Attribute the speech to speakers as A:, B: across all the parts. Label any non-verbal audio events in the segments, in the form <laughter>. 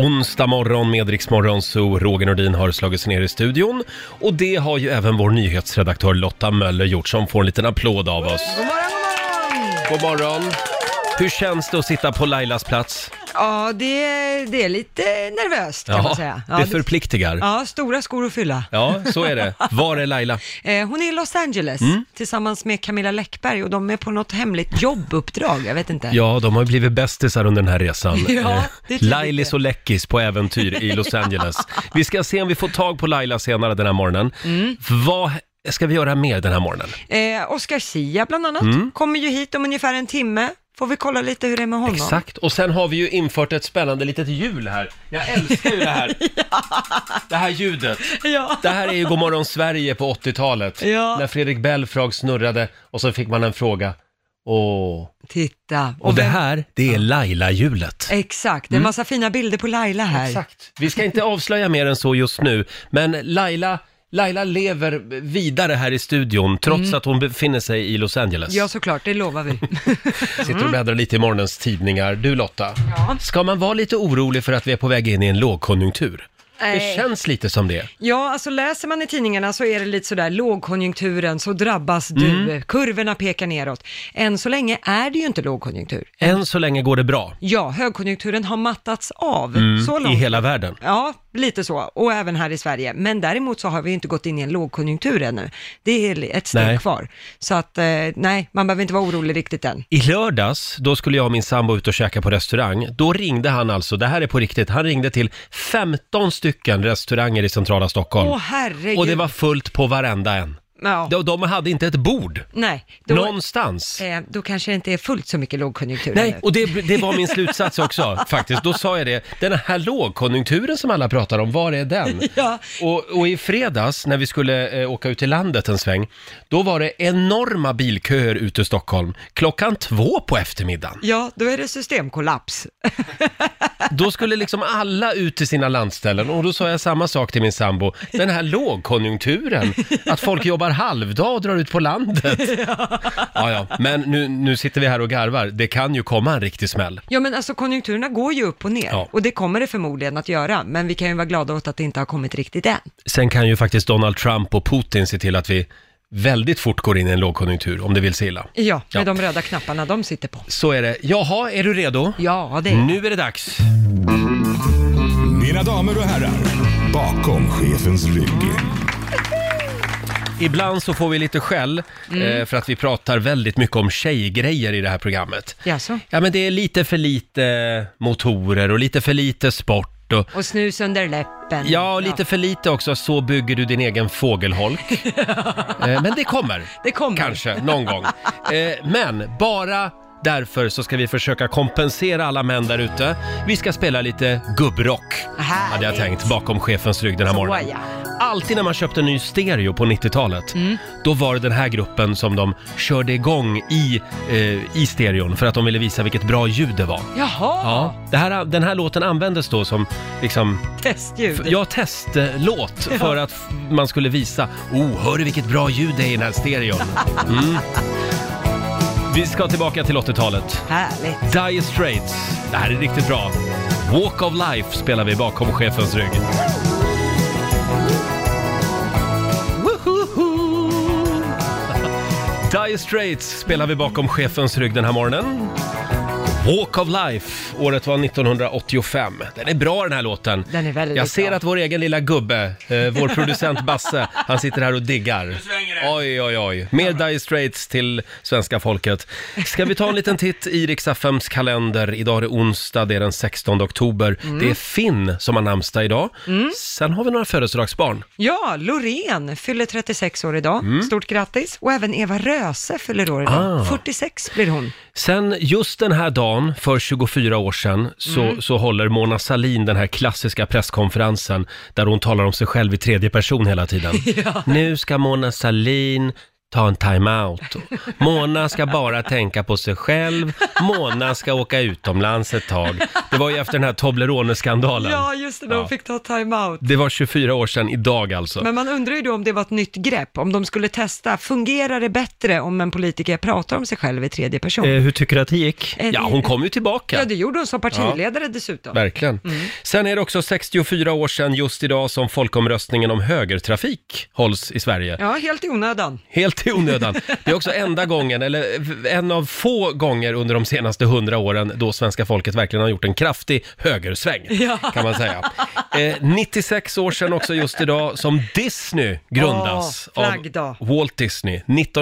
A: Onsdag morgon med Rix Morgon Zoo. Roger Nordin har slagit sig ner i studion. Och det har ju även vår nyhetsredaktör Lotta Möller gjort som får en liten applåd av oss.
B: God morgon, god morgon!
A: God morgon! Hur känns det att sitta på Lailas plats?
B: Ja, det, det är lite nervöst kan man säga. Ja,
A: det förpliktigar.
B: Ja, stora skor att fylla.
A: Ja, så är
B: <laughs>
A: det. Var är Laila?
B: Eh, hon är i Los Angeles
A: Mm.
B: tillsammans med Camilla Läckberg och de är på något hemligt jobbuppdrag, jag vet inte.
A: Ja, de har ju blivit bästisar under den här resan.
B: <laughs> Ja,
A: Eh,
B: det tror jag
A: Lailis och Läckis på äventyr i
B: <laughs>
A: Los Angeles. Vi ska se om vi får tag på Laila senare den här morgonen.
B: Mm.
A: Vad ska vi göra mer den här morgonen?
B: Eh, Oscar Sia bland annat
A: Mm.
B: kommer ju hit om ungefär en timme. Får vi kolla lite hur det är med honom?
A: Exakt, och sen har vi ju infört ett spännande litet hjul här. Jag älskar ju det här.
B: <laughs>
A: Det här ljudet.
B: Ja.
A: Det här är ju Godmorgon Sverige på 80-talet.
B: Ja.
A: När Fredrik Belfrage snurrade och så fick man en fråga. Åh.
B: Titta.
A: Och det
B: vem-
A: här, det är Laila-hjulet.
B: Exakt, det är en massa fina bilder på Laila här.
A: Exakt. Vi ska inte avslöja mer än så just nu, men Laila, Laila lever vidare här i studion trots att hon befinner sig i Los Angeles.
B: Mm. Ja, såklart, det lovar vi.
A: Sitter och bläddrar lite i morgonens tidningar. Du Lotta,
B: Mm. Ja.
A: ska man vara lite orolig för att vi är på väg in i en lågkonjunktur? Det
B: Nej.
A: känns lite som det.
B: Ja, alltså läser man i tidningarna så är det lite sådär lågkonjunkturen så drabbas
A: Mm.
B: du, kurvorna pekar neråt. Än så länge är det ju inte lågkonjunktur.
A: Än så länge går det bra
B: Ja, högkonjunkturen har mattats av. så
A: Mm, i
B: långt.
A: hela världen.
B: Ja, lite så. Och även här i Sverige. Men däremot så har vi ju inte gått in i en lågkonjunktur ännu. Det är ett steg
A: Nej.
B: kvar. Så att eh, nej, man behöver inte vara orolig riktigt än.
A: I lördags, då skulle jag och min sambo ut och käka på restaurang. Då ringde han alltså, det här är på riktigt, han ringde till 15 stycken restauranger i centrala Stockholm.
B: Åh herregud.
A: Mm. och det var fullt på varenda en.
B: Ja,
A: De, de hade inte ett bord.
B: nej, då,
A: Någonstans.
B: eh, då kanske det inte är fullt så mycket lågkonjunktur
A: Nej,
B: ännu.
A: och det, det var min slutsats också faktiskt. Då sa jag det, den här lågkonjunkturen som alla pratar om, var är den?
B: Ja.
A: Och, och i fredags när vi skulle eh, åka ut i landet en sväng, då var det enorma bilköer ute i Stockholm klockan två på eftermiddagen.
B: Ja, då är det systemkollaps.
A: Då skulle liksom alla ut till sina landställen och då sa jag samma sak till min sambo. Den här lågkonjunkturen, att folk jobbar halvdag och drar ut på landet. Ja, ja. Men nu, nu sitter vi här och garvar. Det kan ju komma en riktig smäll.
B: Ja men alltså konjunkturerna går ju upp och ner
A: Ja.
B: och det kommer det förmodligen att göra men vi kan ju vara glada åt att det inte har kommit riktigt än.
A: Sen kan ju faktiskt Donald Trump och Putin se till att vi väldigt fort går in i en lågkonjunktur om det vill sig illa.
B: Ja, med
A: Ja.
B: de röda knapparna de sitter på.
A: Så är det. Jaha, är du redo?
B: Ja, det är
A: Nu är det dags.
C: Mina damer och herrar, bakom chefens rygg.
A: Ibland så får vi lite skäll eh, för att vi pratar väldigt mycket om tjejgrejer i det här programmet.
B: Jaså?
A: Ja, men det är lite för lite motorer och lite för lite sport och
B: Och snus under läppen.
A: Ja, lite för lite också. Så bygger du din egen fågelholk.
B: <laughs>
A: Eh, Men det kommer.
B: Det kommer.
A: Kanske, någon gång. Eh, Men bara därför så ska vi försöka kompensera alla män där ute. Vi ska spela lite gubbrock,
B: Härligt.
A: hade jag tänkt, bakom chefens rygg den här
B: Så,
A: morgonen.
B: ja. Mm.
A: Alltid när man köpte en ny stereo på 90-talet, då var det den här gruppen som de körde igång i, eh, i stereon för att de ville visa vilket bra ljud det var.
B: Jaha,
A: Ja, det här, den här låten användes då som liksom
B: testljud.
A: Ja, testlåt för att f- man skulle visa. Oh, hör du vilket bra ljud det är i den här stereon? Mm. Vi ska tillbaka till 80-talet.
B: Härligt.
A: Dire Straits. Det här är riktigt bra. Walk of Life spelar vi bakom chefens rygg. Woohoo! Dire Straits spelar vi bakom chefens rygg den här morgonen. Walk of Life, året var 1985. Den är bra den här låten.
B: Den är väldigt
A: Jag ser
B: bra.
A: att vår egen lilla gubbe, eh, vår producent Basse, han sitter här och diggar. Oj, oj, oj. Mer Dire Straits till svenska folket. Ska vi ta en liten titt i Rix FMs kalender? Idag är det onsdag, det är den 16 oktober.
B: Mm.
A: Det är Finn som har namnsdag idag. Sen har vi några födelsedagsbarn.
B: Ja, Loreen fyller 36 år idag. Stort grattis. Och även Eva Röse fyller år idag.
A: Mm. Ah.
B: 46 blir hon.
A: Sen just den här dagen för 24 år sedan så,
B: Mm.
A: så håller Mona Sahlin den här klassiska
B: <laughs>
A: presskonferensen där hon talar om sig själv i tredje person hela tiden. Nu ska Mona Sahlin ta en time-out. Mona ska bara tänka på sig själv. Mona ska åka utomlands ett tag. Det var ju efter den här Toblerone-skandalen.
B: Ja, just det, de
A: Ja.
B: fick ta time-out.
A: Det var 24 år sedan idag alltså.
B: Men man undrar ju då om det var ett nytt grepp, om de skulle testa, fungerar det bättre om en politiker pratar om sig själv i tredje person?
D: Eh, hur tycker du att det gick?
B: Eh,
A: Ja, hon kom ju tillbaka.
B: Ja, det gjorde hon som partiledare dessutom.
A: Verkligen.
B: Mm.
A: Sen är det också 64 år sedan just idag som folkomröstningen om högertrafik hålls i Sverige.
B: Ja, helt i onödan.
A: Helt i onödan. Det är också enda gången, eller en av få gånger under de senaste hundra åren då svenska folket verkligen har gjort en kraftig högersväng, kan man säga. Eh, 96 år sedan också just idag som Disney grundas
B: Åh,
A: av
B: flaggdag.
A: Walt Disney.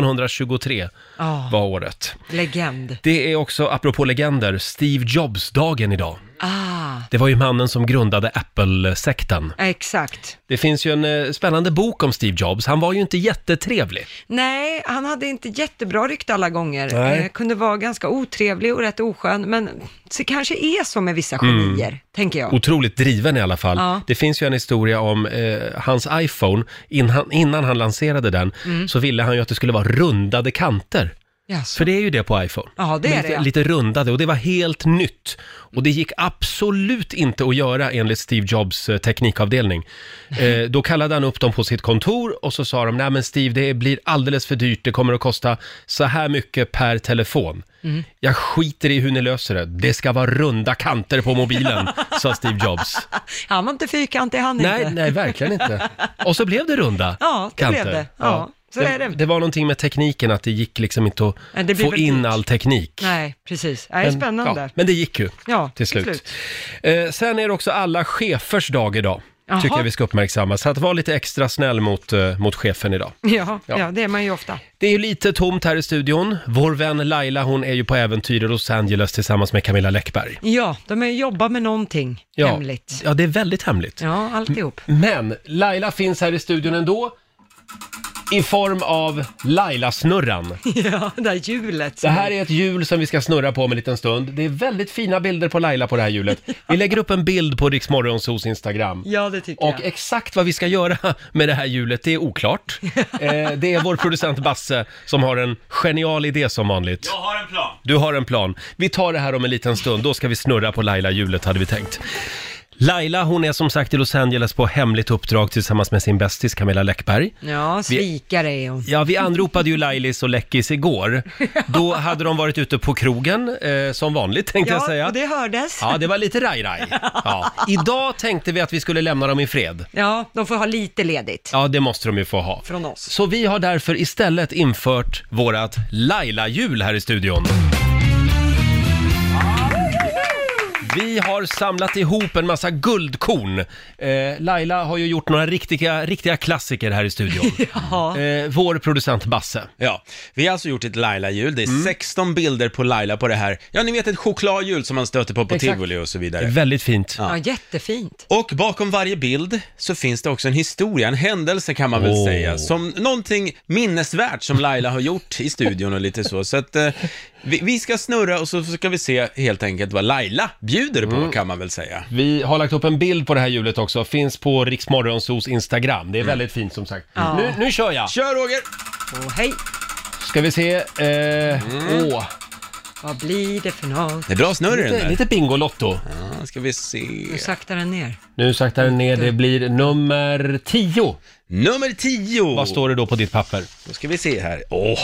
A: 1923
B: Ja,
A: var året.
B: legend.
A: Det är också, apropå legender, Steve Jobs-dagen idag.
B: Ah,
A: Det var ju mannen som grundade Apple-sekten.
B: exakt.
A: Det finns ju en eh, spännande bok om Steve Jobs. Han var ju inte jättetrevlig.
B: Nej, han hade inte jättebra rykte alla gånger.
A: Nej.
B: Eh, kunde vara ganska otrevlig och rätt oskön, men det kanske är så med vissa genier,
A: Mm.
B: tänker jag.
A: Otroligt driven i alla fall.
B: Ja.
A: Det finns ju en historia om eh, hans iPhone. Innan, innan han lanserade den så ville han ju att det skulle vara rundade kanter.
B: Jaså.
A: För det är ju det på iPhone.
B: Alltså. Ja, det är
A: lite,
B: det, ja.
A: lite rundade och det var helt nytt. Och det gick absolut inte att göra enligt Steve Jobs eh,
B: <laughs>
A: teknikavdelning. Eh, då kallade han upp dem på sitt kontor och så sa de, nej men Steve det blir alldeles för dyrt, det kommer att kosta så här mycket per telefon.
B: Mm.
A: Jag skiter i hur ni löser det, det ska vara runda kanter på
B: <laughs>
A: mobilen, sa Steve Jobs.
B: Han var inte fyrkantig han
A: Nej,
B: inte.
A: nej verkligen inte. Och så blev det runda
B: <laughs> Ja, det
A: kanter.
B: blev det. Ja, så är det.
A: Det var någonting med tekniken, att det gick liksom inte
B: Men det
A: att
B: blir
A: få
B: väl
A: in
B: dyrt.
A: all teknik.
B: Nej, precis. Nej,
A: Men, Ja,
B: spännande.
A: men det gick ju
B: Ja,
A: till slut. Eh, sen är det också alla chefers dag idag.
B: Jaha.
A: Tycker jag vi ska uppmärksamma. Så att vara lite extra snäll mot, eh, mot chefen idag.
B: Ja,
A: Ja.
B: ja. det är man ju ofta.
A: Det är ju lite tomt här i studion. Vår vän Laila, hon är ju på äventyr i Los Angeles tillsammans med Camilla Läckberg.
B: Ja, de har ju jobbat med någonting
A: Ja.
B: hemligt.
A: Ja, det är väldigt hemligt.
B: Ja, alltihop.
A: Men Laila finns här i studion ändå. I form av Laila-snurran.
B: <laughs> Ja, det där hjulet.
A: Det
B: som-
A: här är ett hjul som vi ska snurra på om en liten stund. Det är väldigt fina bilder på Laila på det här hjulet. Vi lägger upp en bild på Riksmorgonsos Instagram.
B: Ja, det tycker
A: Och
B: jag.
A: exakt vad vi ska göra med det här hjulet, det är oklart. <laughs> Eh, det är vår producent Basse som har en genial idé som vanligt.
E: Jag har en plan.
A: Du har en plan. Vi tar det här om en liten stund, då ska vi snurra på Laila-hjulet hade vi tänkt. Laila, hon är som sagt i Los Angeles på hemligt uppdrag tillsammans med sin bästis Camilla Läckberg.
B: Ja, svikare är hon.
A: Ja, vi anropade ju Lailis och Läckis <laughs> igår. Då hade de varit ute på krogen, eh, som vanligt tänkte jag
B: Ja,
A: säga.
B: och det hördes. Ja.
A: Ja, det var lite <laughs> raj-raj. Ja. Idag tänkte vi att vi skulle lämna dem i fred.
B: de får ha lite ledigt
A: Ja, det måste de ju få ha.
B: från oss.
A: Så vi har därför istället infört vårat Laila-jul här i studion. Vi har samlat ihop en massa guldkorn. Eh, Laila har ju gjort några riktiga, riktiga klassiker här i studion.
B: <laughs> Ja,
A: Eh, vår producent Basse.
E: Ja, vi har alltså gjort ett Laila-hjul. Det är
A: Mm.
E: 16 bilder på Laila på det här. Ja, ni vet ett chokladhjul som man stöter på på
A: Exakt.
E: tivoli och så vidare.
A: Väldigt fint.
B: ja jättefint.
E: Och bakom varje bild så finns det också en historia, en händelse kan man väl
A: Åh.
E: säga, som någonting minnesvärt som Laila har gjort i studion och lite så. Så att eh, vi, vi ska snurra och så ska vi se helt enkelt vad Laila bjuder
A: Mm.
E: på kan man väl säga.
A: Vi har lagt upp en bild på det här hjulet också, finns på Riksmorgonsos Instagram. Det är väldigt fint som sagt.
B: Mm. Ja.
A: Nu, nu kör jag!
E: Kör Roger!
B: Och hej,
A: Ska vi se, eh,
B: Mm.
A: åh,
B: vad blir det för något?
E: Det är bra snurr i den
A: lite,
E: där.
A: lite Bingolotto.
E: Ja, ska vi se.
B: Nu saktar den ner.
A: Nu saktar den ner, det blir nummer 10.
E: Nummer 10!
A: Vad står det då på ditt papper?
E: Då ska vi se här. Åh!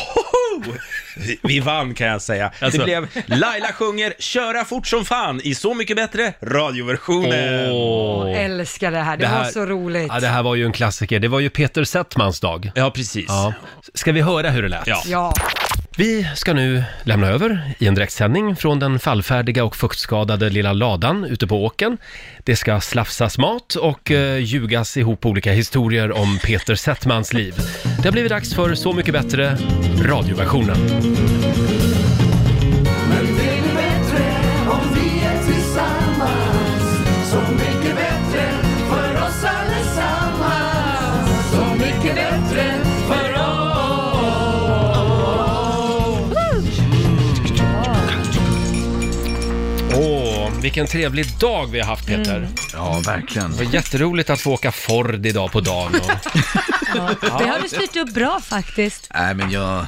E: Vi- Vi vann kan jag säga.
A: Alltså.
E: Det blev Laila sjunger “Köra fort som fan” i Så mycket bättre radioversionen.
A: Åh.
B: Älskar det här, det,
A: Det här-
B: var så roligt.
A: Ja, det här var ju en klassiker. Det var ju Peter Settmans dag.
E: Ja, precis.
A: Ja. Ska vi höra hur det lät?
E: Ja.
B: Ja,
A: Vi ska nu lämna över i en direktsändning från den fallfärdiga och fuktskadade lilla ladan ute på åken. Det ska slafsas mat och eh, ljugas ihop olika historier om Peter Settmans liv. Det har blivit dags för Så mycket bättre, radioversionen.
F: Men det är bättre om vi är tillsammans Så mycket bättre för oss allesammans Så mycket bättre för oss
A: Åh, vilken trevlig dag vi har haft Peter.
D: Ja, verkligen.
A: Det var jätteroligt att få åka Ford idag på <laughs> dagen. Och...
G: Ja. Det har du styrt upp bra faktiskt.
D: Nej, men jag...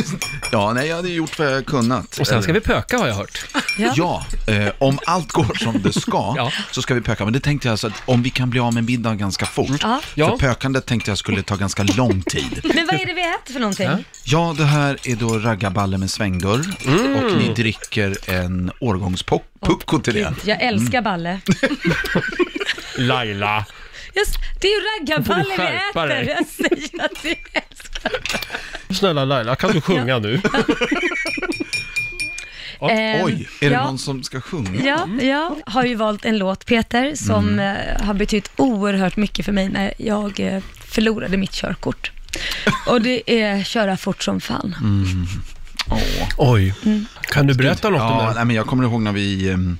D: <laughs> ja, nej, jag hade gjort vad jag kunnat.
A: och sen ska vi pöka har jag hört.
G: Ja.
D: Ja, eh, om allt går som det ska
A: <laughs> Ja.
D: så ska vi pöka. Men det tänkte jag, så att om vi kan bli av med middagen ganska fort.
G: Ja.
A: Mm. Ja.
D: För pökandet tänkte jag skulle ta ganska lång tid.
G: Men vad är det vi äter för någonting?
D: Ja, det här är då raggarballe med svängdörr
A: Mm.
D: och ni dricker en årgångspucko till det.
G: Jag älskar balle.
A: Laila.
G: Just, det är ju raggarballe vi
A: skärpa dig.
G: äter. Jag säger att vi älskar.
A: Snälla Laila, kan du sjunga nu?
G: Ehm,
D: Oj, är det
G: ja.
D: någon som ska sjunga?
G: Ja, jag har ju valt en låt, Peter, som eh, har betytt oerhört mycket för mig när jag eh, förlorade mitt körkort. Och det är Köra fort som fan.
A: <laughs> Oj. Kan du berätta något om
D: Ja,
A: det?
D: nej, men jag kommer ihåg när vi... ehm,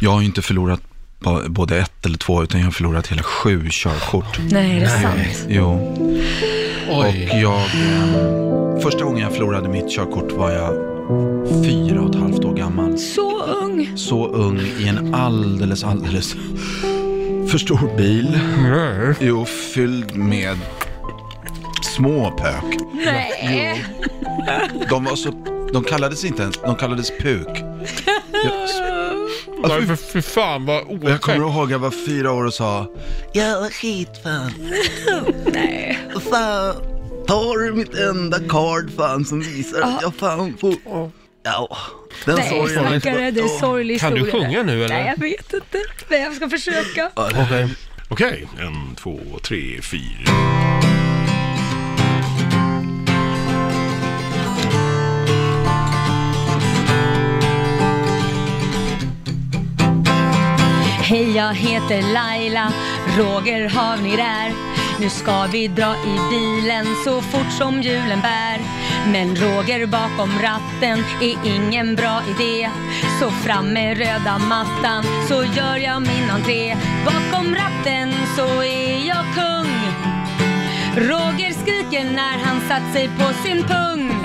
D: Jag har ju inte förlorat ba- både ett eller två, utan jag har förlorat hela sju körkort.
G: Nej, det är sant.
D: Jo.
A: Oj.
D: Och jag... eh, Första gången jag förlorade mitt körkort var jag fyra och ett halvt år gammal.
G: Så ung!
D: Så ung i en alldeles, alldeles för stor bil. Jo, fylld med små pök.
G: Nej.
D: De var så... De kallades inte ens... De kallades
A: <laughs>
D: puk. Alltså,
A: Varför, fy fan vad
D: Och jag kommer
A: otäckt.
D: ihåg, jag var fyra år och sa
H: Jag var skitfan. Nej. Fan. Tar du mitt enda kard fan som visar att jag fan får... Ja. Den
G: Nej,
D: sorgen.
G: stackare, det är en sorglig
A: Kan
G: historia.
A: du sjunga nu eller?
G: Nej, jag vet inte. Men jag ska försöka.
A: Okej.
C: Okej, en, två, tre, fyra.
G: Hej, jag heter Laila, Roger Havner är. Nu ska vi dra i bilen så fort som hjulen bär. Men Roger bakom ratten är ingen bra idé. Så fram med röda mattan så gör jag min entré. Bakom ratten så är jag kung. Roger skriker när han satt sig på sin pung.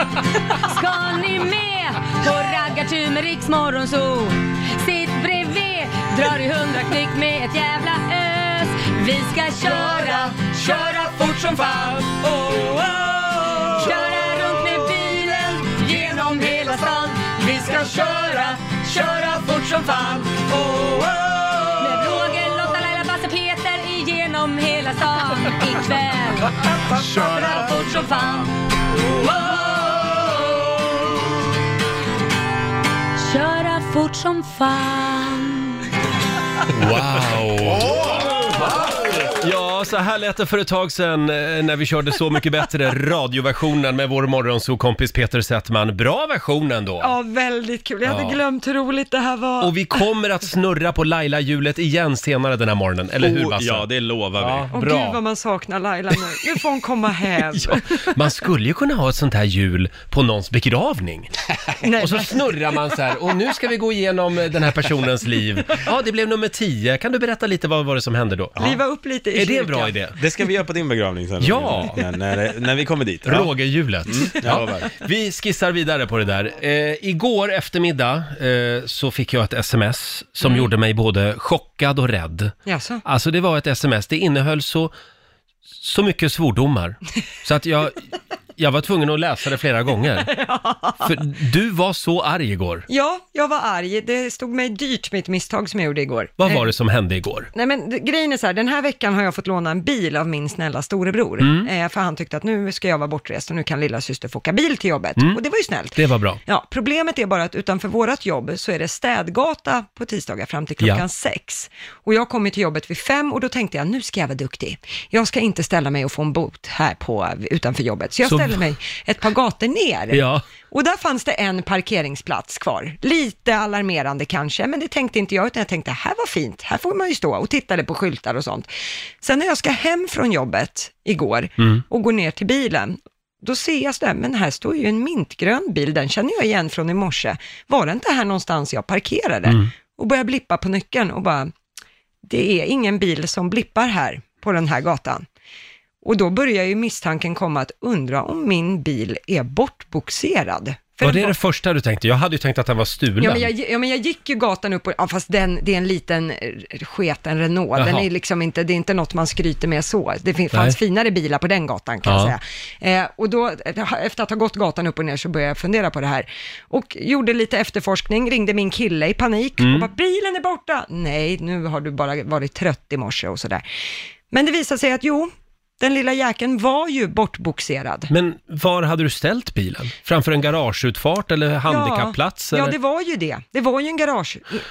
G: Ska ni med på raggartur med Riks Morgonzoo? Sitt bredvid, drar i hundra knyck med ett jävla ös. Vi ska köra, köra fort som fan. Oh, oh. Köra runt med bilen genom hela stan. Vi ska köra, köra fort som fan. Oh, oh. Med Roger, Lotta, Laila, Basse, Peter igenom hela stan ikväll. Köra fort som fan. Köra fort som fan.
A: Wow. Ja, så här lät det för ett tag sedan eh, när vi körde Så mycket bättre radioversionen med vår morgonsokompis Peter Settman. Bra version ändå.
B: Ja, väldigt kul. Jag hade
A: Ja.
B: glömt hur roligt det här var.
A: Och vi kommer att snurra på Laila-hjulet igen senare den här morgonen, eller hur Basse?
E: Ja, det lovar vi.
A: Oh, Ja,
B: Åh gud vad
A: bra.
B: man saknar Laila nu. Nu får hon komma hem.
A: <laughs> Ja,
B: <laughs>
A: man skulle ju kunna ha ett sånt här hjul på någons begravning.
B: Nej,
A: Och så snurrar man så här, och nu ska vi gå igenom eh, den här personens liv. Ja, det blev nummer 10. Kan du berätta lite vad var det som hände då?
B: Liva upp lite i
A: Är det en
B: kyrkan.
A: bra idé?
E: Det ska vi göra på din begravning sen.
A: Ja.
E: När, när, när vi kommer dit. Ja. Mm,
A: Rogerhjulet.
E: Ja,
A: Ja. Vi skissar vidare på det där. Eh, igår eftermiddag eh, så fick jag ett sms
E: Mm.
A: som gjorde mig både chockad och rädd.
B: Jaså?
A: Alltså det var ett sms, det innehöll så, så mycket
B: <laughs>
A: svordomar. Så att jag, jag var tvungen att läsa det flera gånger.
B: <laughs>
A: För du var så arg igår.
B: Ja, jag var arg. Det stod mig dyrt mitt misstag som jag gjorde igår. Eh,
A: Vad var det som hände igår?
B: Nej men d- grejen är så här, den här veckan har jag fått låna en bil av min snälla storebror.
A: Mm.
B: Eh, för han tyckte att nu ska jag vara bortrest och nu kan lilla syster få åka bil till jobbet.
A: Mm.
B: Och det var ju snällt.
A: Det var bra.
B: Ja, problemet är bara att utanför vårt jobb så är det städgata på tisdagar fram till klockan
A: Ja.
B: sex. Och jag kom ju till jobbet vid fem och då tänkte jag, nu ska jag vara duktig. Jag ska inte ställa mig och få en bot här på, utanför jobbet. Så jag
A: Så-
B: ställer mig ett par gator ner.
A: Ja.
B: Och där fanns det en parkeringsplats kvar. Lite alarmerande kanske, men det tänkte inte jag, utan jag tänkte, här var fint, här får man ju stå och tittade på skyltar och sånt. Sen när jag ska hem från jobbet igår och går ner till bilen, då ser jag sådär, men här står ju en mintgrön bil, den känner jag igen från i morse. Var det inte här någonstans jag parkerade? Och börjar blippa på nyckeln och bara, det är ingen bil som blippar här på den här gatan. Och då börjar ju misstanken komma att undra om min bil är bortboxerad. För
A: var
B: den
A: det det första du tänkte? Jag hade ju tänkt att den var stulen.
B: Ja men, jag, ja men jag gick ju gatan upp och, ja, fast den, det är en liten eh, sketen Renault, den
A: Jaha.
B: är liksom inte, det är inte något man skryter med så. Det fin-
A: Nej.
B: fanns finare bilar på den gatan kan
A: Ja.
B: jag säga. Eh, och då, efter att ha gått gatan upp och ner så började jag fundera på det här. Och gjorde lite efterforskning, ringde min kille i panik och
A: Mm.
B: bara “bilen är borta”. Nej, nu har du bara varit trött i morse och sådär. Men det visade sig att jo, den lilla jäkeln var ju bortboxerad.
A: Men var hade du ställt bilen? Framför en garageutfart eller handikappplats?
B: Ja, ja,
A: eller?
B: det var ju det. Det var ju en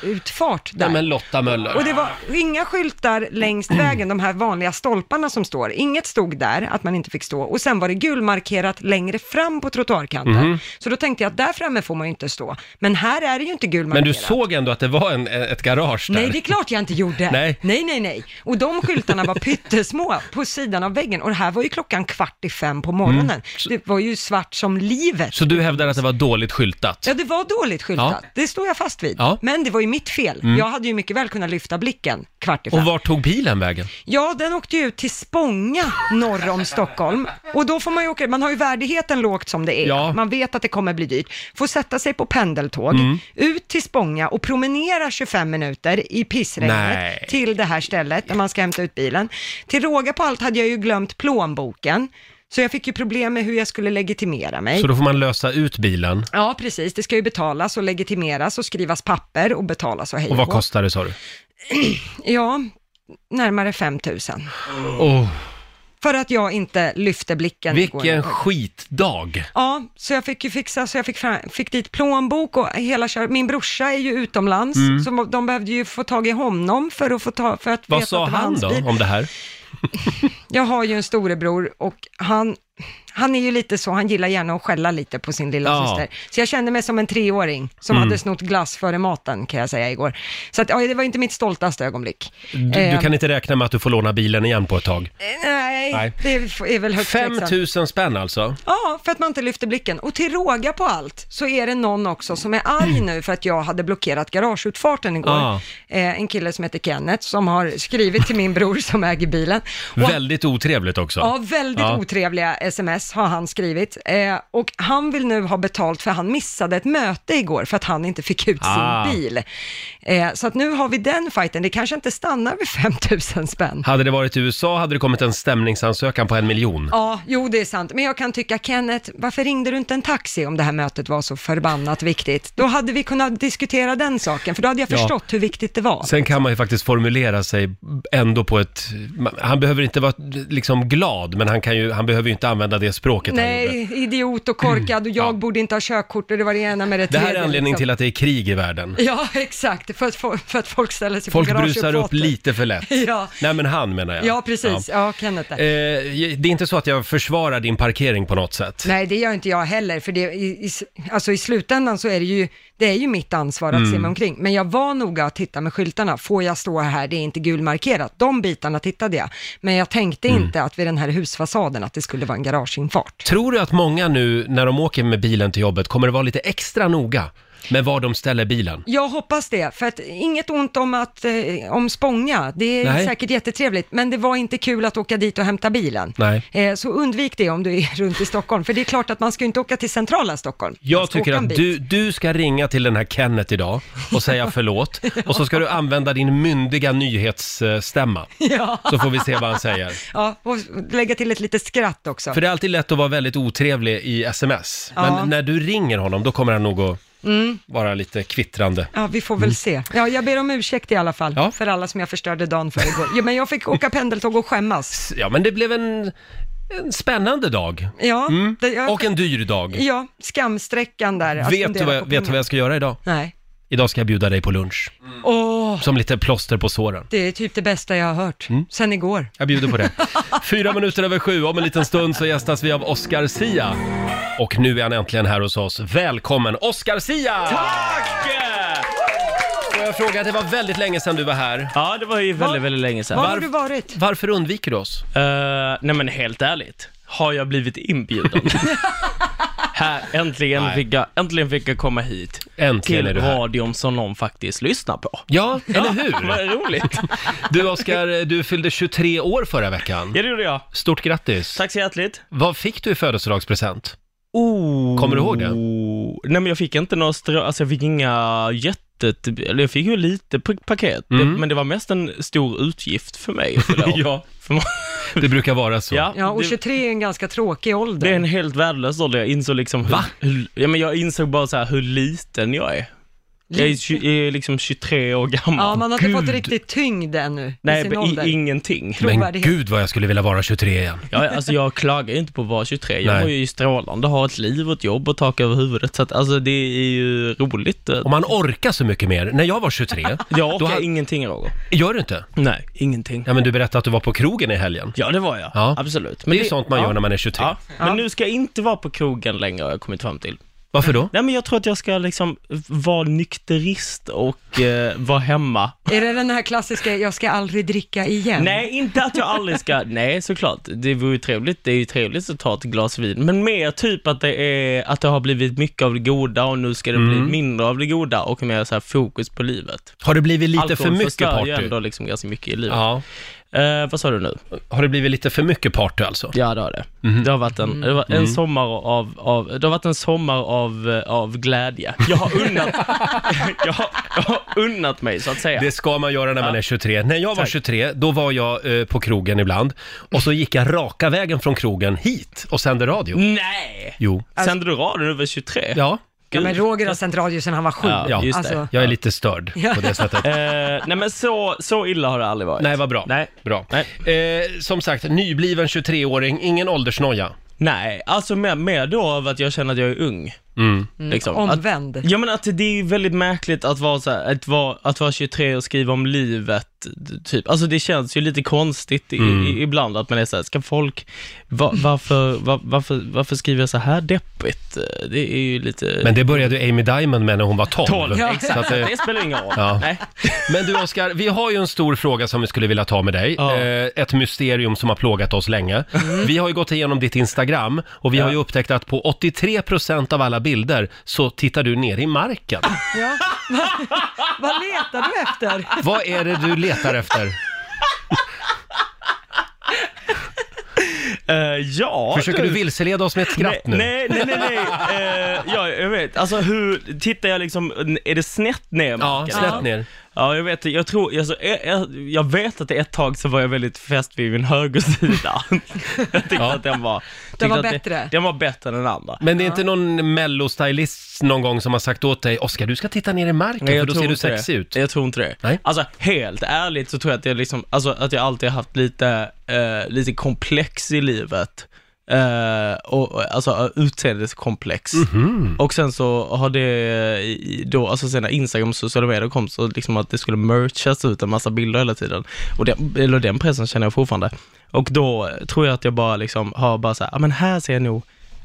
B: garageutfart där.
A: Nej men Lotta Möller.
B: Och det var inga skyltar längs vägen, de här vanliga stolparna som står. Inget stod där, att man inte fick stå. Och sen var det gulmarkerat längre fram på trottoarkanten.
A: Mhm.
B: Så då tänkte jag att där framme får man ju inte stå. Men här är det ju inte
A: Men
B: gulmarkerat.
A: du såg ändå att det var en, ett garage där?
B: Nej, det är klart jag inte gjorde.
A: Nej.
B: nej, nej, nej. Och de skyltarna var pyttesmå på sidan av väggen. Och det här var ju klockan kvart i fem på morgonen. Det var ju svart som livet.
A: Mm. Så du hävdar att det var dåligt skyltat?
B: Ja, det var dåligt skyltat.
A: Ja.
B: Det står jag fast vid.
A: Ja. Mm.
B: Men det var ju mitt fel. Jag hade ju mycket väl kunnat lyfta blicken kvart i fem.
A: Och var tog bilen vägen?
B: Ja, den åkte ju ut till Spånga norr om Stockholm. Och då får man ju åka, man har ju värdigheten lågt som det är.
A: Ja.
B: Man vet att det kommer bli dyrt. Får sätta sig på pendeltåg,
A: Mm.
B: ut till Spånga och promenera 25 minuter i pissregnet
A: Nej.
B: till det här stället där man ska hämta ut bilen. Till råga på allt hade jag ju glömt plånboken. Så jag fick ju problem med hur jag skulle legitimera mig.
A: Så då får man lösa ut bilen.
B: Ja, precis. Det ska ju betalas och legitimeras och skrivas papper och betalas och hej
A: Och vad
B: och hå.
A: kostar det sa du?
B: Ja, närmare 5 000.
A: Oh,
B: För att jag inte lyfte blicken.
A: vilken
B: igår.
A: skitdag!
B: Ja, så jag fick ju fixa, så jag fick, fram, fick dit plånbok och hela kör. Min brorsa är ju utomlands, så de behövde ju få tag i honom för att få ta, för att
A: Mm. Vad
B: veta
A: sa
B: att det var
A: han
B: hans
A: då
B: bil.
A: om det här?
B: Jag har ju en storebror och han, han är ju lite så, han gillar gärna att skälla lite på sin lilla
A: Ja. Mm.
B: syster. Så jag kände mig som en treåring som hade snott glass före maten kan jag säga igår. Så att, ja, det var inte mitt stoltaste ögonblick. Eh,
A: Du, du
B: Ehm.
A: kan inte räkna med att du får låna bilen igen på ett tag.
B: Nej,
A: Nej.
B: det är väl högst tveksamt.
A: 5000 spänn alltså?
B: Ja, för att man inte lyfter blicken. Och till råga på allt så är det någon också som är arg nu för att jag hade blockerat garageutfarten igår.
A: Ah.
B: Eh, en kille som heter Kenneth som har skrivit
A: <laughs>
B: till min bror som äger bilen. Och han-
A: Väldigt otrevligt också.
B: Ja, väldigt
A: Ja.
B: otrevliga sms har han skrivit. Eh, och han vill nu ha betalt för han missade ett möte igår för att han inte fick ut
A: Ah.
B: sin bil. Eh, så att nu har vi den fighten. Det kanske inte stannar vid 5 000 spänn.
A: Hade det varit i USA hade det kommit en stämningsansökan på en miljon.
B: Ja, jo det är sant. Men jag kan tycka, Kenneth, varför ringde du inte en taxi om det här mötet var så förbannat viktigt? Då hade vi kunnat diskutera den saken, för då hade jag
A: Ja.
B: förstått hur viktigt det var.
A: Sen kan man ju faktiskt formulera sig ändå på ett... man- Han behöver inte vara liksom glad, men han, kan ju, han behöver ju inte använda det språket han gjorde.
B: Nej, idiot och korkad och jag
A: Ja.
B: borde inte ha körkort och det var det ena med det
A: Det här är
B: tredje,
A: anledningen
B: liksom.
A: till att det är krig i världen.
B: Ja, <laughs> exakt. För att, fo- för att folk ställer sig
A: Folk
B: på
A: brusar upp
B: garageuppfarten.
A: lite för lätt.
B: <laughs> Ja.
A: Nej, men han menar jag.
B: Ja, precis. Ja, Kenneth. där.
A: Eh, det är inte så att jag försvarar din parkering på något sätt.
B: Nej, det gör inte jag heller, för det, i, i, alltså i slutändan så är det ju, det är ju mitt ansvar att se
A: Mm.
B: mig omkring. Men jag var noga att titta med skyltarna, får jag stå här, det är inte gulmarkerat. De bitarna tittade jag, men jag tänkte
A: Mm.
B: inte att vid den här husfasaden att det skulle vara en garageinfart.
A: Tror du att många nu när de åker med bilen till jobbet kommer att vara lite extra noga med var de ställer bilen?
B: Jag hoppas det, för att inget ont om, att, eh, om Spånga, det är
A: Nej.
B: säkert jättetrevligt, men det var inte kul att åka dit och hämta bilen.
A: Nej.
B: Eh, så undvik det om du är <laughs> runt i Stockholm, för det är klart att man ska ju inte åka till centrala Stockholm. Man
A: Jag
B: ska
A: tycker
B: åka en
A: att
B: bit. <laughs>
A: du, du ska ringa till den här Kenneth idag och säga förlåt och så ska du använda din myndiga nyhetsstämma.
B: Ja.
A: Så får vi se vad han
B: <laughs>
A: säger.
B: Ja, och lägga till ett litet skratt också.
A: För det är alltid lätt att vara väldigt otrevlig i sms. Men
B: Ja. Mm.
A: när du ringer honom, då kommer han nog att vara lite kvittrande.
B: Ja, vi får väl se. Ja, jag ber om ursäkt i alla fall,
A: Mm. Ja.
B: för alla som jag förstörde dagen för igår. Ja, men jag fick åka pendeltåg och skämmas.
A: Ja, men det blev en, en spännande dag.
B: Ja,
A: Mm.
B: det, jag,
A: Och en dyr dag.
B: ja skamsträckan där. att
A: Vet du,
B: fundera
A: vad
B: på
A: jag, vet du vad jag ska göra idag?
B: pengar. Nej.
A: Idag ska jag bjuda dig på lunch.
B: Åh,
A: Som lite plåster på såren.
B: det är typ det bästa jag har hört,
A: Mm.
B: sen igår.
A: Jag bjuder på
I: <laughs>
A: det. Fyra minuter över sju, om en liten stund så gästas vi av Oscar Sia. Och nu är han äntligen här hos oss. Välkommen Oscar Sia! Tack! Får jag fråga, det var väldigt länge sedan du var här.
I: Ja, det var ju väldigt, väldigt länge sedan.
B: Var
A: Varf-
B: har du varit?
A: Varför undviker du oss?
I: Eh, nej men helt ärligt, har jag
A: <laughs>
I: blivit inbjuden? här, äntligen
A: Nej.
I: fick, jag, äntligen fick jag komma hit.
A: Äntligen är
I: Till
A: du här.
I: radion som någon faktiskt lyssnar på.
A: Ja, eller hur?
I: <laughs> Vad roligt.
A: <laughs> Du Oscar, du fyllde 23 år förra veckan.
I: Ja, det gjorde jag.
A: Stort grattis!
I: Tack så hjärtligt.
A: Vad fick du i födelsedagspresent?
I: Oh.
A: Kommer du ihåg det?
I: Nej men jag fick inte några strå, alltså jag fick inga jätte, eller jag fick ju lite p- paket,
A: Mm.
I: det, men det var mest en stor utgift för
A: <laughs>
I: mig. För då.
A: Ja.
I: För man,
A: Det brukar vara så.
I: ja,
B: Ja, och
I: det,
B: 23 är en ganska tråkig ålder.
I: det är en helt värdelös ålder, jag insåg liksom hur,
A: Va?
I: hur, ja, men jag insåg bara så här hur liten jag är. Jag är, tju- jag är liksom 23 år gammal.
B: Ja, man har inte
I: Gud.
B: fått riktigt tyngd ännu i
I: Nej,
B: sin
I: men i,
B: ålder.
I: ingenting.
A: Men
B: trovärdighet.
A: gud vad jag skulle vilja vara 23 igen.
I: Ja, alltså jag klagar ju inte på att vara 23. Jag
A: Nej.
I: mår ju strålande, har ett liv och ett jobb och tak över huvudet. Så att, alltså det är ju roligt.
A: Om man orkar så mycket mer. När jag var 23,
I: <laughs> Jag
A: Då
I: orkar
A: har-
I: ingenting Roger.
A: gör du inte?
I: Nej, ingenting.
A: Ja men du berättade att du var på krogen i helgen.
I: Ja, det var jag.
A: Ja.
I: Absolut.
A: det är sånt man gör när man är 23.
I: Ja. Men nu ska jag inte vara på krogen längre har jag kommit fram till.
A: Varför då?
I: Nej men jag tror att jag ska liksom vara nykterist och eh, vara hemma.
B: Är det den här klassiska, jag ska aldrig dricka igen?
I: <laughs> Nej, inte att jag aldrig ska, <laughs> nej såklart. Det vore ju trevligt, det är ju trevligt att ta ett glas vin. Men mer typ att det, är, att det har blivit mycket av det goda och nu ska det bli mindre av det goda och mer så här fokus på livet.
A: Har det blivit Mm. lite för
I: Alkohol
A: mycket
I: förstör ju
A: party?
I: ändå liksom ganska mycket i livet.
A: Ja.
I: Eh, vad sa du nu?
A: Har det blivit lite för mycket party alltså?
I: Ja, det har det. Det har varit en, det var
A: Mm.
I: en sommar av, av, det har varit en sommar av, eh, av glädje. Jag har unnat, <laughs> jag har, jag har unnat mig så att säga.
A: Det ska man göra när man
I: Ja.
A: är 23. När jag var 23, då var jag eh, på krogen ibland. Och så gick jag raka vägen från krogen hit och sände
I: Mm.
A: radio.
I: Nej!
A: Jo.
I: Sände du radio när du var 23?
A: Alltså- Ja,
B: Ja, men Roger har sänt radio sedan han var sju.
A: Ja,
I: Ja, just
B: alltså.
I: det.
A: jag är lite störd på det
I: <laughs>
A: sättet.
I: Eh, nej men så, så illa har det aldrig varit.
A: Nej, vad bra.
I: Nej.
A: bra. Eh, som sagt, nybliven 23-åring, ingen åldersnoja.
I: Nej, alltså mer, mer då av att jag känner att jag är ung.
A: Mm.
I: Liksom.
B: Omvänd.
I: Att, ja men att det är ju väldigt märkligt att vara, så här, att, vara, att vara 23 och skriva om livet, d- typ. Alltså det känns ju lite konstigt i,
A: Mm.
I: i, ibland att man är såhär, ska folk, va, varför, va, varför, varför skriver jag så här deppigt? Det är ju lite...
A: Men det började ju Amy Diamond med när hon var 12.
I: 12,
A: Så
I: exakt.
A: att det-
I: Det spelar ingen roll.
A: Ja.
I: Nej.
A: Men du Oskar, vi har ju en stor fråga som vi skulle vilja ta med dig.
I: Ja. Mm.
A: Eh, Ett mysterium som har plågat oss länge. Vi har ju gått igenom ditt Instagram och vi har ju upptäckt att på 83% av alla bilder så tittar du ner i marken.
B: Ja. <laughs> Vad letar du efter?
A: Vad är det du letar efter?
I: Eh, ja,
A: Försöker
I: du-
A: du vilseleda oss med ett skratt nu?
I: Nej, nej, nej, nej.
A: <laughs>
I: Eh, ja, jag vet. Alltså hur, tittar jag liksom, är det snett ner?
A: Ja,
I: Marcus?
A: snett ner.
I: Ja, jag vet, jag tror, alltså, jag, jag- jag vet att det ett tag så var jag väldigt fäst vid min högersida. <laughs> jag tyckte att den var... tyckte
B: var
I: att det-
B: bättre.
I: Den var bättre än den andra.
A: Men det är inte någon mellostylist någon gång som har sagt åt dig Oskar, du ska titta ner i marken för
I: jag
A: då
I: tror
A: ser du
I: inte det.
A: sexig ut.
I: Jag tror inte det.
A: Nej.
I: Alltså helt ärligt så tror jag att jag liksom, alltså att jag alltid har haft lite, eh, lite komplex i livet. Eh, och, och, alltså utseendeskomplex.
A: Mhm.
I: Och sen så har det, eh, i- då, alltså sen när Instagram och sociala medier kom så liksom att det skulle merchas ut en massa bilder hela tiden. Och den, eller den pressen känner jag fortfarande. Och då tror jag att jag bara liksom har bara så här, ja men här ser jag nog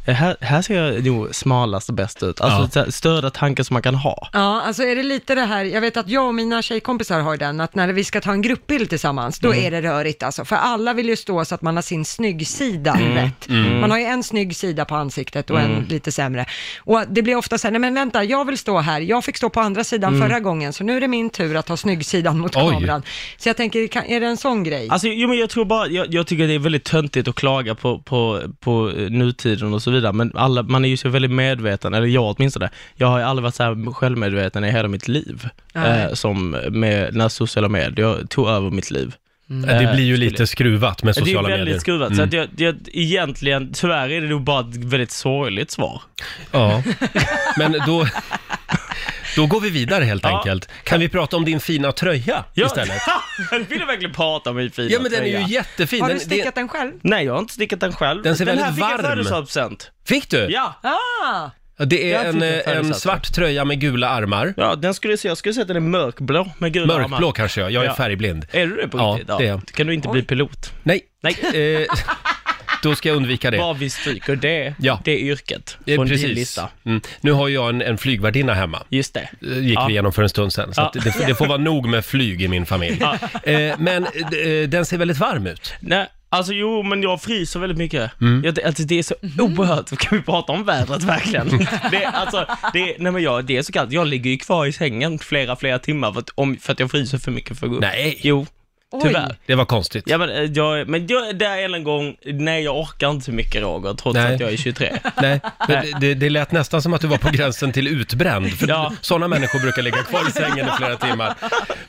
I: eh, här, här ser jag nog smalast och bäst ut. Alltså
A: Ja.
I: så här, störda tankar som man kan ha.
B: Ja, alltså är det lite det här, jag vet att jag och mina tjejkompisar har den, att när vi ska ta en gruppbild tillsammans, då är det rörigt alltså. För alla vill ju stå så att man har sin snyggsida rätt. Man har ju en snygg sida på ansiktet och en lite sämre. Och det blir ofta så här, nej men vänta, jag vill stå här, jag fick stå på andra sidan förra gången, så nu är det min tur att ha snyggsidan mot
A: Oj.
B: kameran. Så jag tänker, kan- är det en sån grej?
I: Alltså, jo, men jag tror bara, jag, jag tycker det är väldigt töntigt att klaga på, på, på eh, nutiden och så vidare, men alla, man är ju så väldigt medveten, eller jag åtminstone, jag har ju aldrig varit så här självmedveten i hela mitt liv, eh, som med, när sociala medier tog över mitt liv.
A: Det blir ju lite skruvat med
I: det är ju
A: sociala
I: väldigt
A: medier.
I: skruvat, så att jag, jag, egentligen, tyvärr är det nog bara ett väldigt sorgligt svar. <laughs>
A: Ja, men då, då går vi vidare helt enkelt. Kan vi prata om din fina tröja istället?
I: jag vill du verkligen prata om min fina
A: Ja, men den är
I: tröja.
A: ju jättefin.
B: har
A: Den,
B: du stickat den själv?
I: Nej, jag har inte stickat den själv.
A: Den ser
I: här
A: väldigt
I: fick jag i
A: varm.
I: födelsedagspresent.
A: det, fick du?
I: Ja.
B: Ah,
A: Det
I: Jag
A: är
I: fick
A: en,
I: den
A: eh, en
I: födelsedagspresent.
A: svart tröja med gula armar.
I: Ja, den skulle jag säga, jag skulle säga att den är mörkblå med gula
A: Mörkblå
I: armar.
A: kanske jag, jag är
I: Ja. Eh,
A: färgblind.
I: Är du det på
A: Ja,
I: riktigt?
A: det är jag.
I: Kan du inte bli pilot?
A: Nej,
I: Nej,
A: <laughs> eh, då ska jag undvika det.
I: bara vi stryker det,
A: Ja.
I: det yrket
A: Eh,
I: från din lista.
A: Mm. Nu har jag en, en flygvärdinna hemma.
I: Just det.
A: eh, gick
I: Ja.
A: vi igenom för en stund sedan. Så
I: Ja.
A: att det, det får vara nog med flyg i min familj. Eh, men eh, den ser väldigt varm ut.
I: Nej, alltså jo, men jag fryser väldigt mycket.
A: Mm.
I: Jag, alltså, det är så oerhört, kan vi prata om vädret verkligen?
A: Mm.
I: <laughs> det, alltså, det, nej men jag, det är så kallt, jag ligger ju kvar i sängen flera, flera timmar för att, om, för att jag fryser för mycket för att gå upp.
A: Nej.
I: Jo.
B: Oj.
I: Tyvärr.
A: Det var konstigt.
I: Ja, men eh, jag, men jag, det är en gång, nej jag orkar inte så mycket Roger, trots
A: Nej.
I: att jag
A: <laughs>
I: är 23.
A: Nej, men det, det lät nästan som att du var
I: <laughs>
A: på gränsen till utbränd. För Sådana människor brukar ligga kvar i sängen i flera timmar.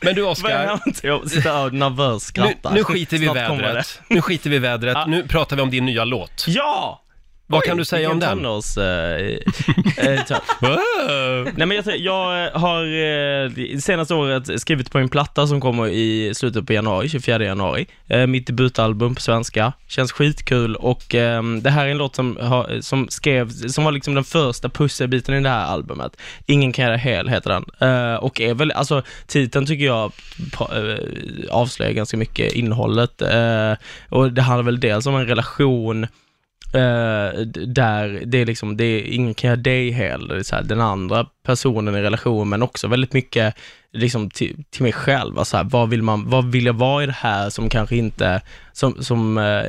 A: Men du Oskar,
I: Jag sitter och nervös
A: nu,
I: skrattar.
A: nu skiter vi i
I: Snart kommer
A: vädret. Nu skiter vi i vädret. Nu pratar vi om din nya låt.
I: Ja!
A: Vad
I: Oj,
A: kan du säga om
I: vilken
A: den?
I: Tonårs, eh, eh, ta- Nej, men jag, tror- jag har eh, det senaste året skrivit på en platta som kommer i slutet på januari, 24 januari. Eh, mitt debutalbum på svenska. Känns skitkul och eh, det här är en låt som, har, som skrevs, som var liksom den första pusselbiten i det här albumet. Ingen kan göra hel heter den. Eh, och är väl, alltså titeln tycker jag pra- eh, avslöjar ganska mycket innehållet. Eh, och det handlar väl dels om en relation Eh, d- där det är liksom, det är ingen kan göra dig hel, det är så här, den andra personen i relationen, men också väldigt mycket liksom till, till mig själv, alltså här, vad vill man, vad vill jag vara i det här som kanske inte, som, som, eh,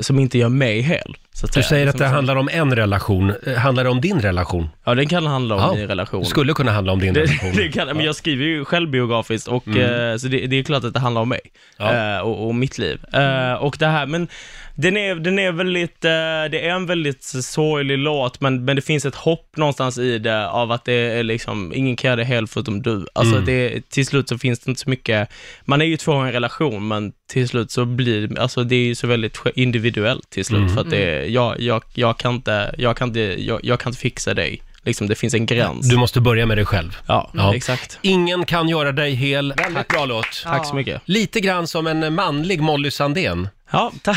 I: som inte gör mig hel. Så att
A: Du
I: säga.
A: säger att
I: Som-
A: det
I: som-
A: handlar om en relation. Eh, Handlar det om din relation?
I: Ja, den kan handla om
A: Ja,
I: min relation.
A: Det skulle kunna handla om din
I: Det,
A: relation.
I: det kan, men jag skriver ju självbiografiskt och eh, så det, det är klart att det handlar om mig eh, och, och mitt liv. Eh, och det här, men den är, den är väldigt, eh, det är en väldigt sorglig låt, men, men det finns ett hopp någonstans i det av att det är liksom, ingen kan göra det helt förutom du. Alltså det, till slut så finns det inte så mycket, man är ju två i en relation, men till slut så blir, alltså det är ju så väldigt ske- individuellt till slut, för att det är, jag, jag, jag kan inte, jag kan inte, jag, jag kan inte fixa dig. Liksom, det finns en gräns.
A: Du måste börja med dig själv.
I: Ja,
A: Ja.
I: exakt.
A: Ingen kan göra dig hel. Väldigt bra låt.
I: Tack så mycket.
A: Lite grann som en manlig Molly
I: Mm.
A: Sandén.
I: Ja, <laughs> ta,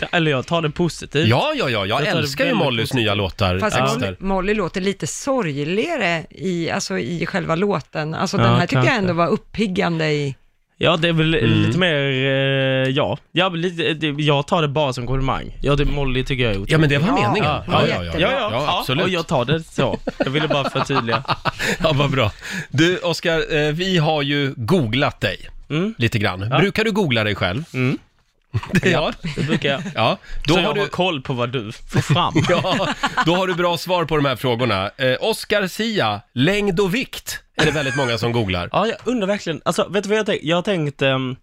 I: ta, eller jag tar det positivt.
A: Ja, ja, ja, jag
I: Jag tar det
A: älskar ju
I: väldigt
A: Mollys
I: positivt.
A: nya låtar,
B: Fast
A: texter.
B: Molly, Molly låter lite sorgligare i, alltså, i själva låten. Alltså
I: Ja,
B: den här tycker jag
I: kanske.
B: ändå var uppiggande i...
I: Ja, det är väl
A: Mm.
I: lite mer, eh, ja. ja men lite, eh, det, jag tar det bara som komplimang. Ja, det, Molly tycker jag är otrolig.
A: Ja, men det var meningen.
I: Ja,
A: Ja, ja, ja.
I: Ja, ja, ja,
A: absolut.
I: och jag tar det så. Jag ville bara förtydliga.
A: Ja, vad bra. Du, Oskar, eh, vi har ju googlat dig
I: Mm.
A: lite grann. Brukar du googla dig själv?
I: Mm.
A: <laughs> Det gör.
I: Det brukar jag.
A: Ja, då
I: så
A: har,
I: jag
A: du,
I: har koll på vad du får fram.
A: <laughs> ja, då har du bra svar på de här frågorna. Eh, Oskar Sia, längd och vikt är det väldigt många som googlar.
I: Ja, jag undrar verkligen. Alltså, vet du vad jag har tänkt? Jag har tänkt, ehm,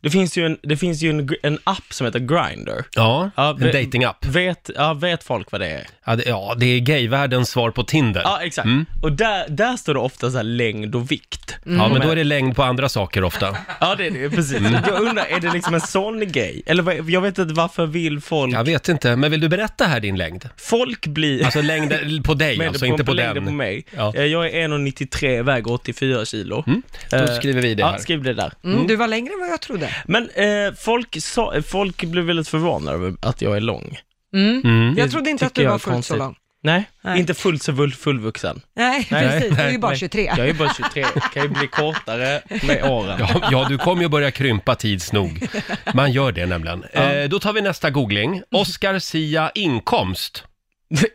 I: det finns ju en, det finns ju en, gr- en app som heter Grindr.
A: Ja,
I: Ja,
A: en
I: ve-
A: datingapp.
I: Vet, ja, vet folk vad det är?
A: Ja, det- ja, det är gayvärldens svar på Tinder.
I: Ja, exakt.
A: Mm.
I: Och där, där står det ofta så här längd och vikt.
A: Ja, men då är det längd på andra saker ofta.
I: Ja, det är det ju, precis.
A: Mm.
I: Jag undrar, är det liksom en sån grej? Eller vad, jag vet inte varför vill folk...
A: Jag vet inte, men vill du berätta här din längd?
I: Folk blir... <laughs>
A: Alltså längden på dig,
I: Mängden
A: alltså inte på
I: längden
A: den.
I: på mig.
A: Ja. Mm.
I: Eh, Jag är 1,93, väger 84 kilo.
A: Då
I: Eh,
A: skriver vi det
I: Ja,
A: här.
I: skriv det där.
B: Mm, Du var längre än vad jag trodde.
I: Men eh, folk, sa, folk blir väldigt förvånade över att jag är lång.
B: Mm. Jag
I: Det
B: trodde inte att
I: tycker
B: du
I: jag
B: var
I: är
B: fullt så
I: konstigt.
B: lång.
I: Nej,
B: Nej.
I: inte fullt så full, fullvuxen.
B: Nej, precis. Du är ju bara
I: nej.
B: 23.
I: Jag är bara 23, kan ju bli kortare med
A: <laughs>
I: åren.
A: Ja, ja, du kommer ju börja krympa tids nog. Man gör det nämligen. Eh, då tar vi nästa googling. Oscar Sia inkomst.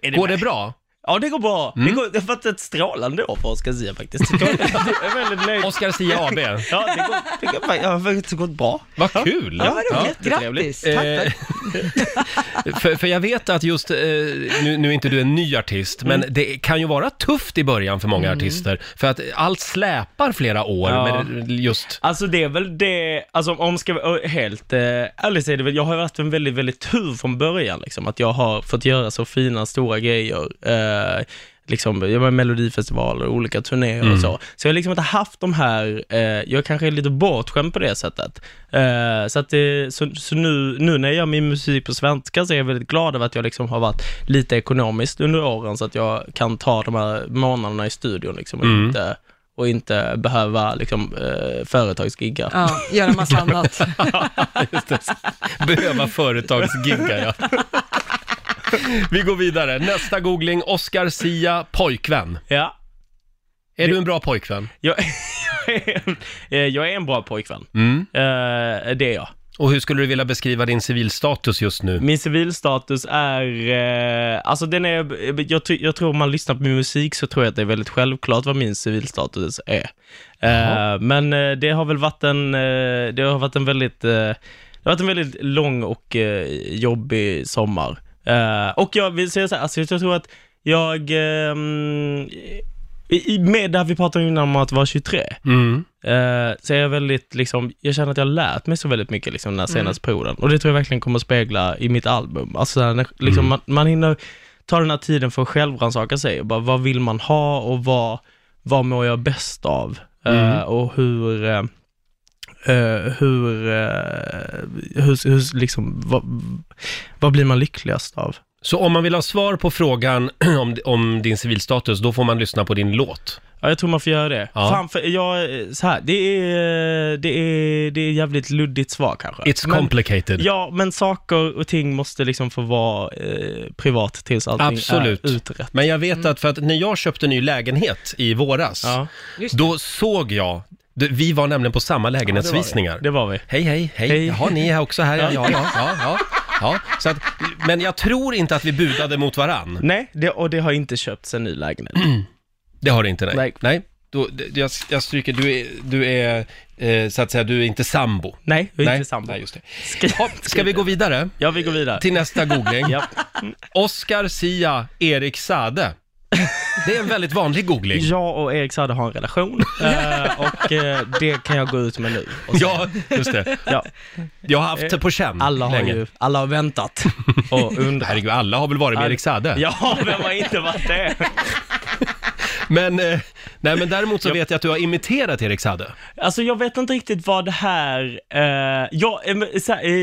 I: Är det
A: Går det Mm. bra?
I: Ja, det går bra. Det, går, det har varit ett strålande år för oss, ska jag säga faktiskt. Jag
A: <laughs>
I: är väldigt nöjd.
A: Oscar Sia AB.
I: Ja, det, går, det, går, det har faktiskt gått bra.
A: Vad kul!
I: Ja,
B: Vad roligt. Grattis.
I: jättetrevligt.
A: Eh, för, för jag vet att just, eh, nu, nu är inte du en ny artist, men
I: Mm.
A: det kan ju vara tufft i början för många artister. För att allt släpar flera år
I: Ja.
A: med just...
I: Alltså det är väl det, alltså om ska vara ö, helt eh, ärlig så är det väl, jag har ju haft en väldigt, väldigt tur från början liksom, att jag har fått göra så fina, stora grejer. Eh, liksom, jag var i melodifestivaler, olika turnéer och så. Så jag har liksom inte haft de här, eh, jag kanske är lite bortskämd på det sättet. Eh, så att det, så, så nu, nu när jag gör min musik på svenska så är jag väldigt glad över att jag liksom har varit lite ekonomiskt under åren så att jag kan ta de här månaderna i studion liksom och inte och inte behöva liksom, eh, företagsgigga.
B: Ja, göra
I: <laughs>
B: massa annat.
A: Behöva företagsgigga, ja. Vi går vidare. Nästa googling, Oscar Sia, pojkvän.
I: Ja,
A: Är du en bra pojkvän?
I: jag, <laughs> jag, är, eh, jag är en bra pojkvän. Eh, det är jag.
A: Och hur skulle du vilja beskriva din civilstatus just nu?
I: Min civilstatus är, eh, alltså den är, jag, tr- jag tror om man lyssnar på min musik så tror jag att det är väldigt självklart vad min civilstatus är. Eh, men eh, det har väl varit en, eh, det har varit en väldigt, eh, det har varit en väldigt lång och eh, jobbig sommar. Eh, och jag vill säga så här, alltså jag tror att ehm, jag, eh, mm, i- i- med det här vi pratade innan om att vara 23,
A: Mm.
I: Eh, så är jag väldigt, liksom, jag känner att jag har lärt mig så väldigt mycket liksom, den här
J: Mm.
I: senaste perioden. Och det tror jag verkligen kommer att spegla i mitt album. Alltså, så här, när, liksom,
A: Mm.
I: man, man hinner ta den här tiden för att självrannsaka sig och bara, vad vill man ha och vad, vad mår jag bäst av? Eh,
E: Mm.
I: och hur, eh, eh, hur, eh, hur, hur liksom, vad, vad blir man lyckligast av?
A: Så om man vill ha svar på frågan <clears throat> om, om din civilstatus, då får man lyssna på din låt.
I: Ja, jag tror man får göra det.
A: Ja.
I: Fan, för jag, så här, det är, det är, det är jävligt luddigt svar kanske.
A: It's
I: Men-
A: complicated.
I: Ja, men saker och ting måste liksom få vara eh, privat tills allting
A: Absolut.
I: är utrett.
A: Men jag vet att för att när jag köpte ny lägenhet i våras,
B: Just
A: då såg jag det- vi var nämligen på samma lägenhetsvisningar.
I: Det var vi.
A: Hej, hej, hej.
I: Hej.
A: Jaha, ni är också här. Ja, ja, ja. ja, ja, ja. Så att, men jag tror inte att vi budade mot varann.
I: Nej, det, och det har inte köpts en ny lägenhet.
A: Det har det inte, nej.
I: Nej.
A: nej. Då, d- jag, jag stryker, du är, du är eh, så att säga, du är inte sambo.
I: Nej, vi är
A: Nej,
I: inte sambo.
A: nej, just det.
I: Ska,
A: Ska vi gå vidare
I: Ja, vi går vidare.
A: till nästa googling?
I: Ja.
A: Oscar Sia Erik Sade. Det är en väldigt vanlig googling.
I: Jag och Erik Saade har en <laughs> relation eh, och eh, det kan jag gå ut med nu. Och så-
A: Ja, just det.
I: ja.
A: Jag har haft det på känn
I: Alla har
A: länge.
I: ju, alla har väntat och undrat.
A: Herregud, alla har väl varit med Erik Sade?
I: Ja, vem har inte varit det?
A: Men, eh, nej, men däremot så vet jag att du har imiterat Erik Sade.
I: Alltså jag vet inte riktigt vad det här, eh, jag, eh, men så här, eh,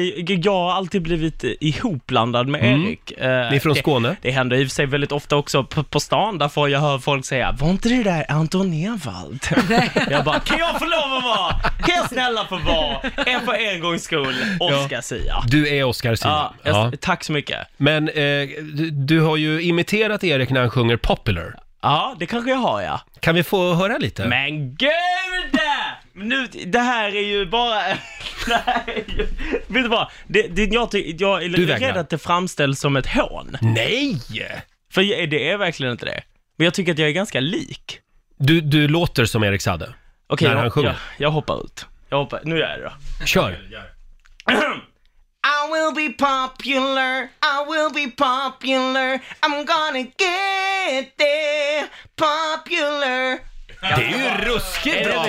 I: jag har alltid blivit eh, ihopblandad med
A: Mm.
I: Erik. Eh,
A: Ni är från
I: det,
A: Skåne.
I: Det händer i och för sig väldigt ofta också på, på stan, där får jag höra folk säga Var inte det där Anton Ewald? jag bara, kan jag få lov att vara? Kan jag snälla få vara? En för en gångs skull, Oscar Sia.
A: Du är Oscar Sia.
I: Ja, jag,
A: Ja.
I: Tack så mycket.
A: Men eh, du, du har ju imiterat Erik när han sjunger Popular.
I: Ja, det kanske jag har ja.
A: Kan vi få höra lite?
I: Men gud! Nu, det här är ju bara... <laughs> det här är ju, vet du vad? Det, det, jag, ty- jag är
A: vägrar.
I: rädd att det framställs som ett hån.
A: Nej!
I: För jag, det är verkligen inte det. Men jag tycker att jag är ganska lik.
A: Du, du låter som Erik Sade.
I: Okej,
A: När
I: jag,
A: han sjunger.
I: Jag, jag hoppar ut. Jag hoppar, nu gör jag det då.
A: Kör!
I: I will be popular, I will be popular, I'm gonna get there, popular.
A: Det är ju ruskigt bra!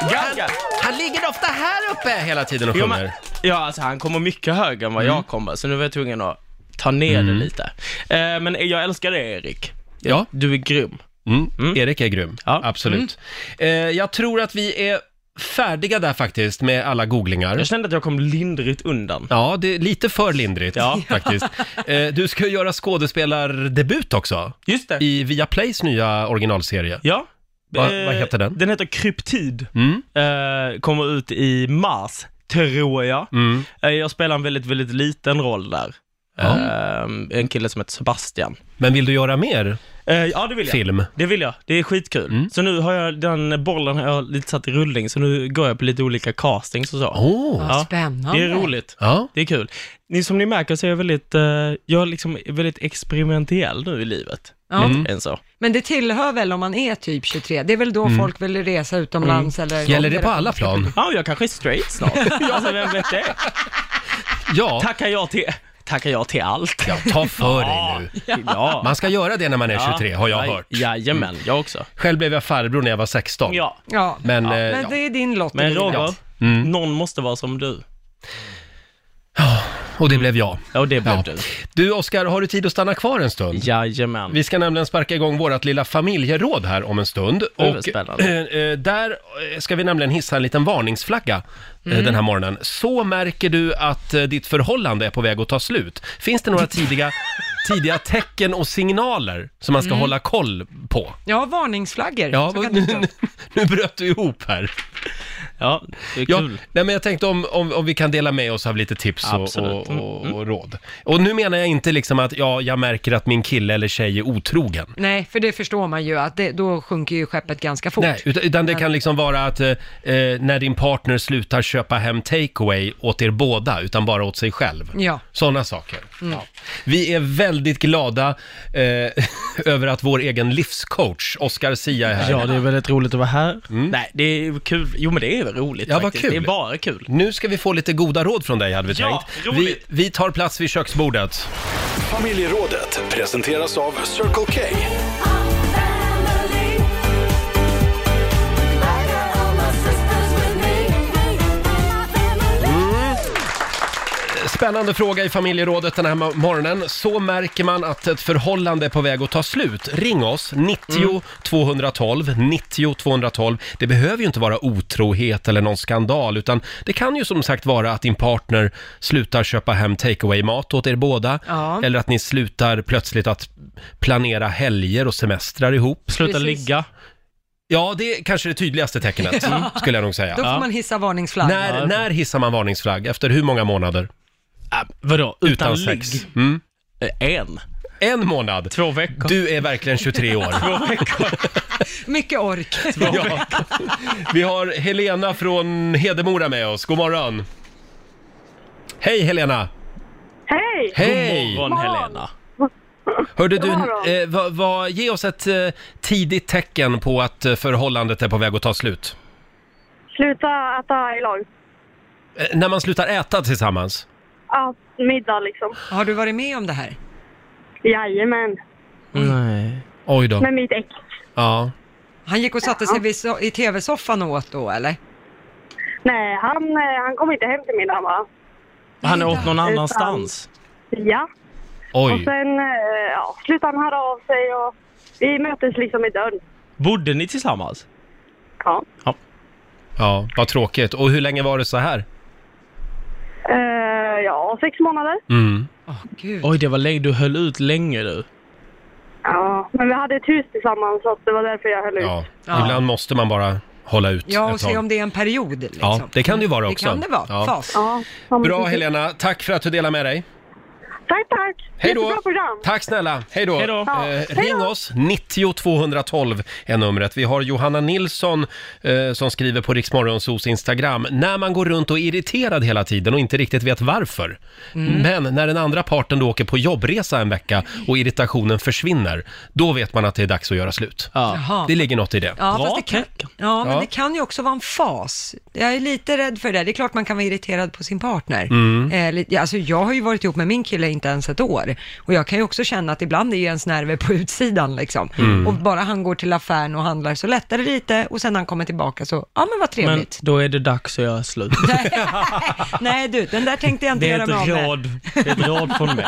I: Ganska.
A: Han ligger ofta här uppe hela tiden och
I: Jo, men,
A: sjunger.
I: ja, alltså han kommer mycket högre än vad
A: Mm.
I: jag kommer, så nu var jag tvungen att ta ner det lite. Eh, men jag älskar dig Erik.
A: Ja,
I: Du är grym.
A: mm. Erik är grym.
I: Ja. Mm.
A: Absolut. Eh, jag tror att vi är färdiga där faktiskt med alla googlingar.
I: Jag kände att jag kom lindrigt undan.
A: Ja, det är lite för lindrigt
I: Ja. <laughs>
A: faktiskt. Eh, du ska ju göra skådespelardebut också
I: Just det.
A: i Viaplays nya originalserie.
I: Ja.
A: Va-
I: Eh,
A: vad heter den?
I: Den heter Kryptid.
A: Mm.
I: Eh, kommer ut i mars, tror jag.
A: Mm.
I: Eh, jag spelar en väldigt, väldigt liten roll där.
A: Ja.
I: Eh, en kille som heter Sebastian.
A: Men vill du göra mer
I: Eh, ja, det vill jag.
A: film?
I: Det vill jag. Det är skitkul.
A: Mm.
I: Så nu har jag den bollen har jag lite satt i rullning, så nu går jag på lite olika castings och så.
A: Åh! Oh.
I: Ja.
B: Spännande.
I: Det är roligt.
A: Ja.
I: Det är kul. Ni, som ni märker så är jag väldigt, eh, jag är liksom väldigt experimentell nu i livet.
B: Ja.
I: Lite Än så.
B: Men det tillhör väl om man är typ 23, det är väl då
I: Mm.
B: folk vill resa utomlands eller...
A: Gäller det på alla plan?
I: Ja, jag kanske är straight <laughs> snart. alltså, vem vet det?
A: Ja,
I: Tackar jag till, tackar jag till allt. Ja.
A: ta för dig nu.
I: ja.
A: Man ska göra det när man är 23, har jag
I: Ja,
A: hört. Mm.
I: Jajamän, jag också.
A: Själv blev jag farbror när jag var 16.
I: Ja.
B: Ja, men,
A: Men, eh, ja.
B: det är din lott. i
I: Men
B: livet.
I: Roger,
A: Mm.
I: någon måste vara som du.
A: och det blev jag.
I: Ja, och det blev
A: Ja.
I: du.
A: Du Oskar, har du tid att stanna kvar en stund?
I: Jajamän.
A: Vi ska nämligen sparka igång vårt lilla familjeråd här om en stund.
I: Oj, vad spännande.
A: eh, eh, där eh, ska vi nämligen hissa en liten varningsflagga eh,
I: Mm.
A: den här morgonen. Så märker du att eh, ditt förhållande är på väg att ta slut. Finns det några
I: <laughs>
A: tidiga, tidiga tecken och signaler som
I: Mm.
A: man ska hålla koll på?
B: Ja, varningsflaggor.
A: Ja,
B: Så kan
A: nu,
B: det gå.
A: nu, <laughs> nu bröt du ihop här.
I: Ja, det är
A: Ja,
I: kul.
A: nej, men jag tänkte om, om, om vi kan dela med oss av lite tips och, och,
I: Absolut. Mm,
A: och, och råd. Och nu menar jag inte liksom att ja, jag märker att min kille eller tjej är otrogen.
B: Nej, för det förstår man ju att det, då sjunker ju skeppet ganska fort.
A: Nej, utan, utan det kan liksom vara att eh, eh, när din partner slutar köpa hem takeaway åt er båda, utan bara åt sig själv.
B: Ja.
A: Sådana saker. Ja. Vi är väldigt glada eh, <laughs> över att vår egen livscoach, Oscar Sia, är här.
I: Ja, det är väldigt roligt att vara här. Nej, det är kul. Jo, men det är väl roligt
A: Mm. Ja, vad
I: faktiskt.
A: kul.
I: Det är bara kul.
A: Nu ska vi få lite goda råd från dig, hade vi
I: Ja,
A: tänkt. Vi,
I: roligt.
A: vi tar plats vid köksbordet.
C: Familjerådet presenteras av Circle K.
F: I'm family.
A: Spännande fråga i familjerådet den här mo- morgonen. Så märker man att ett förhållande är på väg att ta slut. Ring oss, 90
B: Mm.
A: 212, 90 212. Det behöver ju inte vara otrohet eller någon skandal, utan det kan ju som sagt vara att din partner slutar köpa hem takeaway-mat åt er båda,
B: Ja.
A: eller att ni slutar plötsligt att planera helger och semestrar ihop.
I: Sluta
B: Precis.
I: ligga.
A: Ja, det är kanske det tydligaste
B: <laughs>
A: tecknet, skulle jag nog säga.
B: Då får man hissa varningsflagg.
A: När, när hissar man varningsflagg? Efter hur många månader?
I: Äh, vadå? Utan,
A: Utan
I: ligg?
A: sex. Mm.
I: Eh, En.
A: En månad.
I: Två veckor.
A: Du är verkligen 23 år.
B: Mycket
A: <laughs>
B: ork.
A: Ja. Vi har Helena från Hedemora med oss. God morgon. Hej Helena!
J: Hej!
A: Hej!
I: God morgon Helena.
A: Hörde du,
J: God morgon.
A: eh, vad, vad, ge oss ett eh, tidigt tecken på att eh, förhållandet är på väg att ta slut.
J: Sluta äta i lag.
A: Eh, när man slutar äta tillsammans.
J: Ja, middag liksom.
B: Har du varit med om det här?
J: Jajamän.
I: Nej.
A: Oj då.
J: Med mitt ex.
A: Ja.
B: Han gick och satte sig vid so- i tv-soffan och åt då, eller?
J: Nej, han, eh, han kom inte hem till middagen va?
I: Han är åt någon
J: Utan-
I: annanstans.
J: Ja. Och
A: Oj.
J: sen eh, ja, slutade han höra av sig och vi möttes liksom i dörren.
I: Bodde ni tillsammans?
J: Ja.
A: Ja, vad tråkigt. Och hur länge var det så här?
J: Eh, ja, sex månader.
A: Mm.
B: Åh, gud.
I: Oj, det var länge. Du höll ut länge du.
J: Ja, men vi hade ett hus tillsammans så att det var därför jag höll ut.
A: Ja.
B: Ja.
A: Ibland måste man bara hålla ut
B: Ja, och
A: ett
B: se
A: tag.
B: om det är en period. Liksom.
A: Ja, det kan det ju vara
B: Det
A: också.
B: kan det vara.
A: Ja.
B: Fas.
J: Ja, han-
A: Bra Helena, tack för att du delar med dig.
J: Tack, tack!
A: Hej då!
J: Jättebra program!
A: Tack snälla, hej då!
I: Hej då.
J: Ja.
A: Eh,
J: Hej då.
A: ring oss, 90 212 är numret. Vi har Johanna Nilsson eh, som skriver på Riksmorgonsos Instagram. När man går runt och är irriterad hela tiden och inte riktigt vet varför. Men när den andra parten då åker på jobbresa en vecka och irritationen försvinner, då vet man att det är dags att göra slut.
I: Ja.
B: Jaha.
A: Det ligger något i det.
B: Ja,
I: Bra
B: fast det kan,
I: tecken.
B: ja, men
A: Ja.
B: det kan ju också vara en fas. Jag är lite rädd för det. Det är klart man kan vara irriterad på sin partner.
I: Mm.
B: Eh, li- ja, alltså, jag har ju varit ihop med min kille inte ens ett år. Och jag kan ju också känna att ibland är ju ens nerver på utsidan liksom.
I: Mm.
B: Och bara han går till affären och handlar så lättar det lite och sen när han kommer tillbaka så, ja men vad
I: Men
B: trevligt.
I: då är det dags att göra slut.
B: <laughs> Nej du, den där tänkte jag inte
I: Det är
B: göra mig av
I: ett
B: med.
I: råd. Det är ett råd från mig.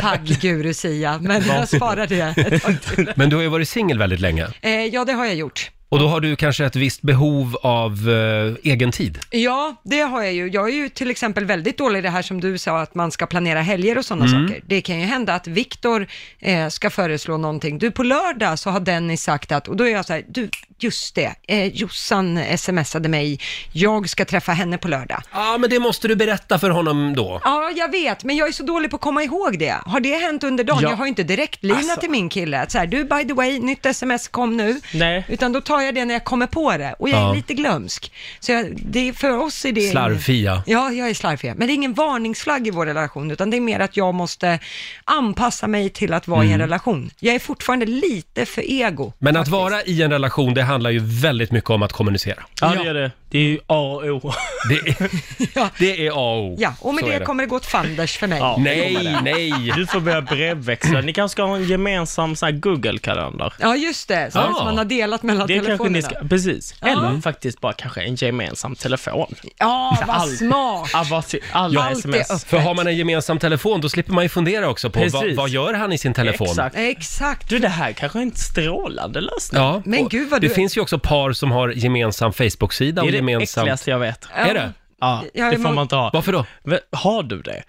B: Tack guru Sia, men jag sparar det
I: <laughs>
B: ett tag till.
A: Men du har ju varit singel väldigt länge
B: Eh, ja, det har jag gjort.
A: och då har du kanske ett visst behov av eh, egen tid.
B: Ja, det har jag ju. Jag är ju till exempel väldigt dålig i det här som du sa, att man ska planera helger och sådana saker. Det kan ju hända att Viktor eh, ska föreslå någonting. Du, på lördag så har Dennis sagt att, och då är jag så här, du, just det, eh, Jossan smsade mig, jag ska träffa henne på lördag.
A: Ja, men det måste du berätta för honom då.
B: Ja, jag vet, men jag är så dålig på att komma ihåg det. Har det hänt under dagen?
I: Ja.
B: Jag har ju inte direkt linat till min kille att så här, du by the way, nytt sms kom nu.
I: Nej.
B: Utan då tar jag det när jag kommer på det och jag
A: Ja.
B: är lite glömsk. Så jag, det, för oss är det...
A: Slarvfia.
B: Ja, jag är slarvig. Men det är ingen varningsflagg i vår relation, utan det är mer att jag måste anpassa mig till att vara i en relation. Jag är fortfarande lite för ego.
A: Men att vara i en relation, det handlar ju väldigt mycket om att kommunicera.
I: Ja, det är det. Det är ju A och O.
A: Det är,
B: Ja.
A: det är A och O.
B: Ja, och med
A: Så
B: det,
A: är
B: kommer det gå åt fanders för mig.
I: Ja.
A: Nej, nej.
I: Du får börja brevväxla. Ni kanske ska ha en gemensam sån här Google-kalender.
B: Ja, just det. Sånt
A: Ja.
B: som man har delat mellan
I: Det kanske
B: telefonerna.
I: ni ska, precis. Eller faktiskt bara kanske en gemensam telefon.
B: Ja, vad
I: Allt.
B: smart.
I: Avati- Alla
B: Allt är
I: sms.
A: För har man en gemensam telefon, då slipper man ju fundera också på
I: Precis.
A: vad, vad gör han i sin telefon?
I: Exakt.
B: Exakt.
I: Du, det här kanske är en strålande lösning.
A: Ja.
B: Men
A: och
B: gud, vad
A: det
B: du-
A: finns ju också par som har gemensam Facebook-sida
I: Det
A: och
I: är det
A: gemensam...
I: äckligaste jag vet.
A: Är det?
I: Ja,
B: Ja,
I: det
B: men-
I: får man inte ha.
A: Varför då?
I: Men Har du det?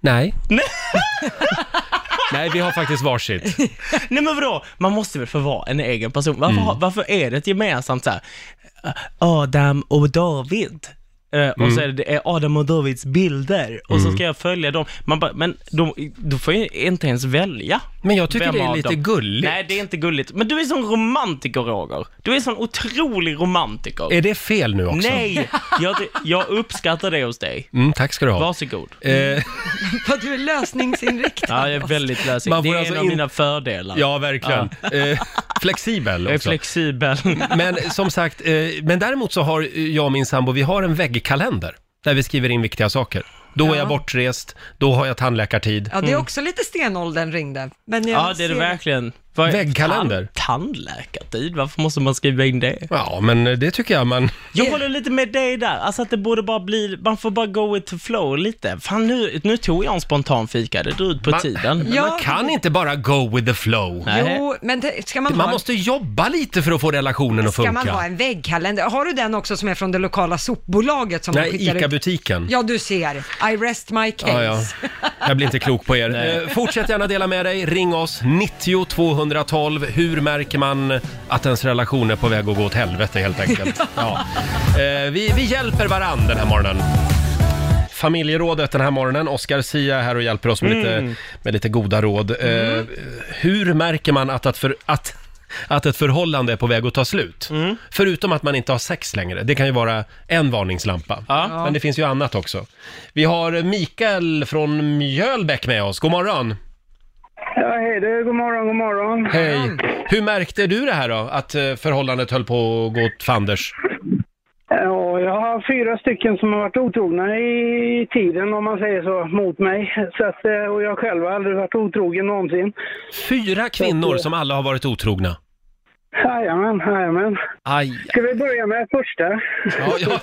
A: Nej. <laughs> Nej, vi har faktiskt varsitt.
I: Nej men vadå? Man måste väl få vara en egen person?
A: Mm.
I: Varför, har- varför är det ett gemensamt såhär, Adam och David? Eh, och
A: Mm.
I: så är det, det är Adam och Davids bilder och så ska jag följa dem. Man bara, men de, då får jag inte ens välja.
A: Men jag tycker
I: Vem
A: det är
I: av
A: lite
I: dem?
A: gulligt.
I: Nej, det är inte gulligt. Men du är sån romantiker Roger. Du är sån otrolig romantiker.
A: Är det fel nu också?
I: Nej, jag, jag uppskattar det hos dig.
A: Mm, tack ska du ha.
I: Varsågod.
A: Eh,
B: Vad du är lösningsinriktad.
I: Ja, jag är väldigt lösig. Det
A: Man får
I: är
A: alltså
I: en av
A: in-
I: mina fördelar.
A: ja, verkligen. Eh, flexibel också.
I: Jag är flexibel.
A: Men som sagt, eh, men däremot så har jag och min sambo, vi har en väggkalender där vi skriver in viktiga saker. Då är
B: Ja.
A: jag bortrest, då har jag tandläkartid. Mm.
B: Ja, det är också lite stenåldern ringde. Men jag
I: Ja, det är det
B: ser-
I: verkligen. Vad-
A: Väggkalender.
I: Tan- Tandläkartid, varför måste man skriva in det?
A: Ja, men det tycker jag man...
I: Jag håller lite med dig där, alltså att det borde bara bli, man får bara go with the flow lite. Fan nu, nu tog jag en spontan fika, det drog ut på
A: Man-
I: tiden.
A: Ja. man kan inte bara go with the flow.
B: Jo, men det, ska man,
A: Man
B: ha,
A: måste jobba lite för att få relationen att
B: ska
A: funka.
B: man ha en väggkalender? Har du den också som är från det lokala sopbolaget? Som de
A: Nej,
B: skickar ut?
A: ICA-butiken.
B: Ja, du ser. I rest my case. <laughs>
A: Ja, ja. Jag blir inte klok på er. Eh, Fortsätt gärna dela med dig. Ring oss, 90 212. Hur märker man att ens relation är på väg att gå åt helvete helt enkelt? Ja. Eh, Vi, vi hjälper varann den här morgonen. Familjerådet den här morgonen. Oskar Sia är här och hjälper oss med,
I: Mm.
A: lite, med lite goda råd. Eh, Hur märker man att, att, för, att, att ett förhållande är på väg att ta slut? Förutom att man inte har sex längre. Det kan ju vara en varningslampa. Men det finns ju annat också. Vi har Mikael från Mjölbäck med oss. God morgon!
K: Ja, hej du. God morgon, god morgon.
A: Hej! Hur märkte du det här då? Att eh, förhållandet höll på att gå åt fanders?
K: Ja, jag har fyra stycken som har varit otrogna i tiden, om man säger så, mot mig. Så att, eh, och jag själv har aldrig varit otrogen någonsin.
A: Fyra kvinnor som alla har varit otrogna.
K: Jajamän, jajamän.
A: Aj.
K: Ska vi börja med första?
A: <laughs> Ja,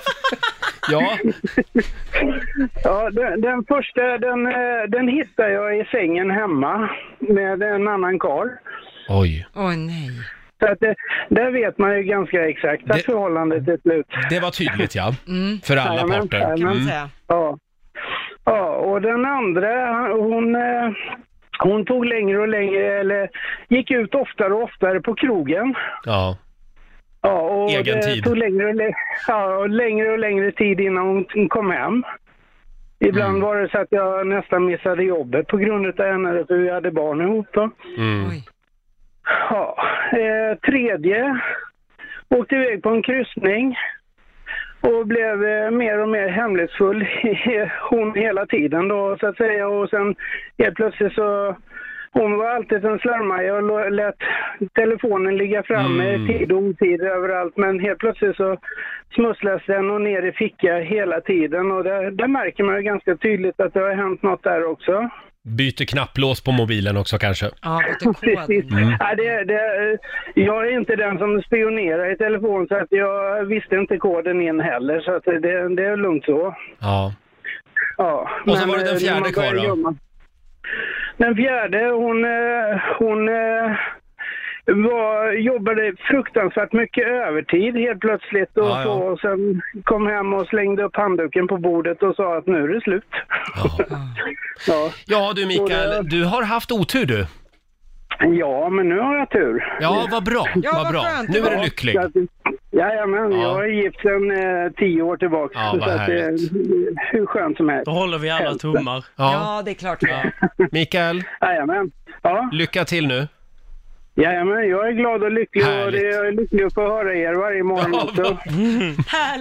A: ja. ja.
K: Ja, den, den första, den, eh, den hittade jag i sängen hemma med en annan karl.
A: Oj.
B: Åh nej.
K: Så att, eh, där vet man ju ganska exakt att förhållandet är slut.
A: Det var tydligt Mm. ja. För alla
K: Jajamän,
A: parter.
K: jajamän.
A: Mm.
K: Ja. ja, och den andra, hon, eh, hon tog längre och längre, eller gick ut oftare och oftare på krogen.
A: Ja.
K: Ja, och
A: Egen
K: det
A: tid.
K: tog längre och, lä- ja, och längre och längre tid innan hon kom hem. Ibland
A: Mm.
K: var det så att jag nästan missade jobbet på grund av henne, för vi hade barn ihop då.
A: Mm.
K: Ja, eh, tredje åkte iväg på en kryssning och blev eh, mer och mer hemlighetsfull, <laughs> hon hela tiden då så att säga. Och sen helt plötsligt så, hon var alltid en slarvmaja och lå- lät telefonen ligga framme
L: Mm.
K: tid och otid överallt. Men helt plötsligt så smusslas den och ner i ficka hela tiden och där, där märker man ju ganska tydligt att det har hänt något där också.
A: Byter knapplås på mobilen också kanske.
B: Ja,
K: precis.
A: Mm.
K: Ja, det, det, jag är inte den som spionerar i telefon så att jag visste inte koden in heller så att det, det är lugnt så.
A: Ja.
K: Ja,
A: Och så var det den
K: eh,
A: fjärde
K: när man börjar
A: kvar då?
K: gömma- Den fjärde, hon, eh, hon eh, var, jobbade fruktansvärt mycket övertid helt plötsligt och,
A: Ja, ja.
K: Så, och sen kom hem och slängde upp handduken på bordet och sa att nu är det slut. Ja.
A: Ja du Mikael, du har haft otur du.
K: <laughs> Ja, men nu har jag tur.
A: Ja, vad bra. Ja, vad vad bra. skönt. Nu är du
K: Ja,
A: lycklig.
K: så att- Jajamän,
A: Ja.
K: jag är gift sedan eh, tio år tillbaka.
A: Ja,
K: så
A: vad
K: att, eh,
A: härligt.
K: hur skönt som helst.
I: Då håller vi alla tummar.
A: Ja.
B: det är klart. Ja.
A: Mikael,
K: Jajamän. Ja.
A: lycka till nu.
K: Jajamän, jag är glad och lycklig och
A: Härligt.
K: det, jag är lycklig att få höra er varje morgon
A: Ja,
K: <laughs> också.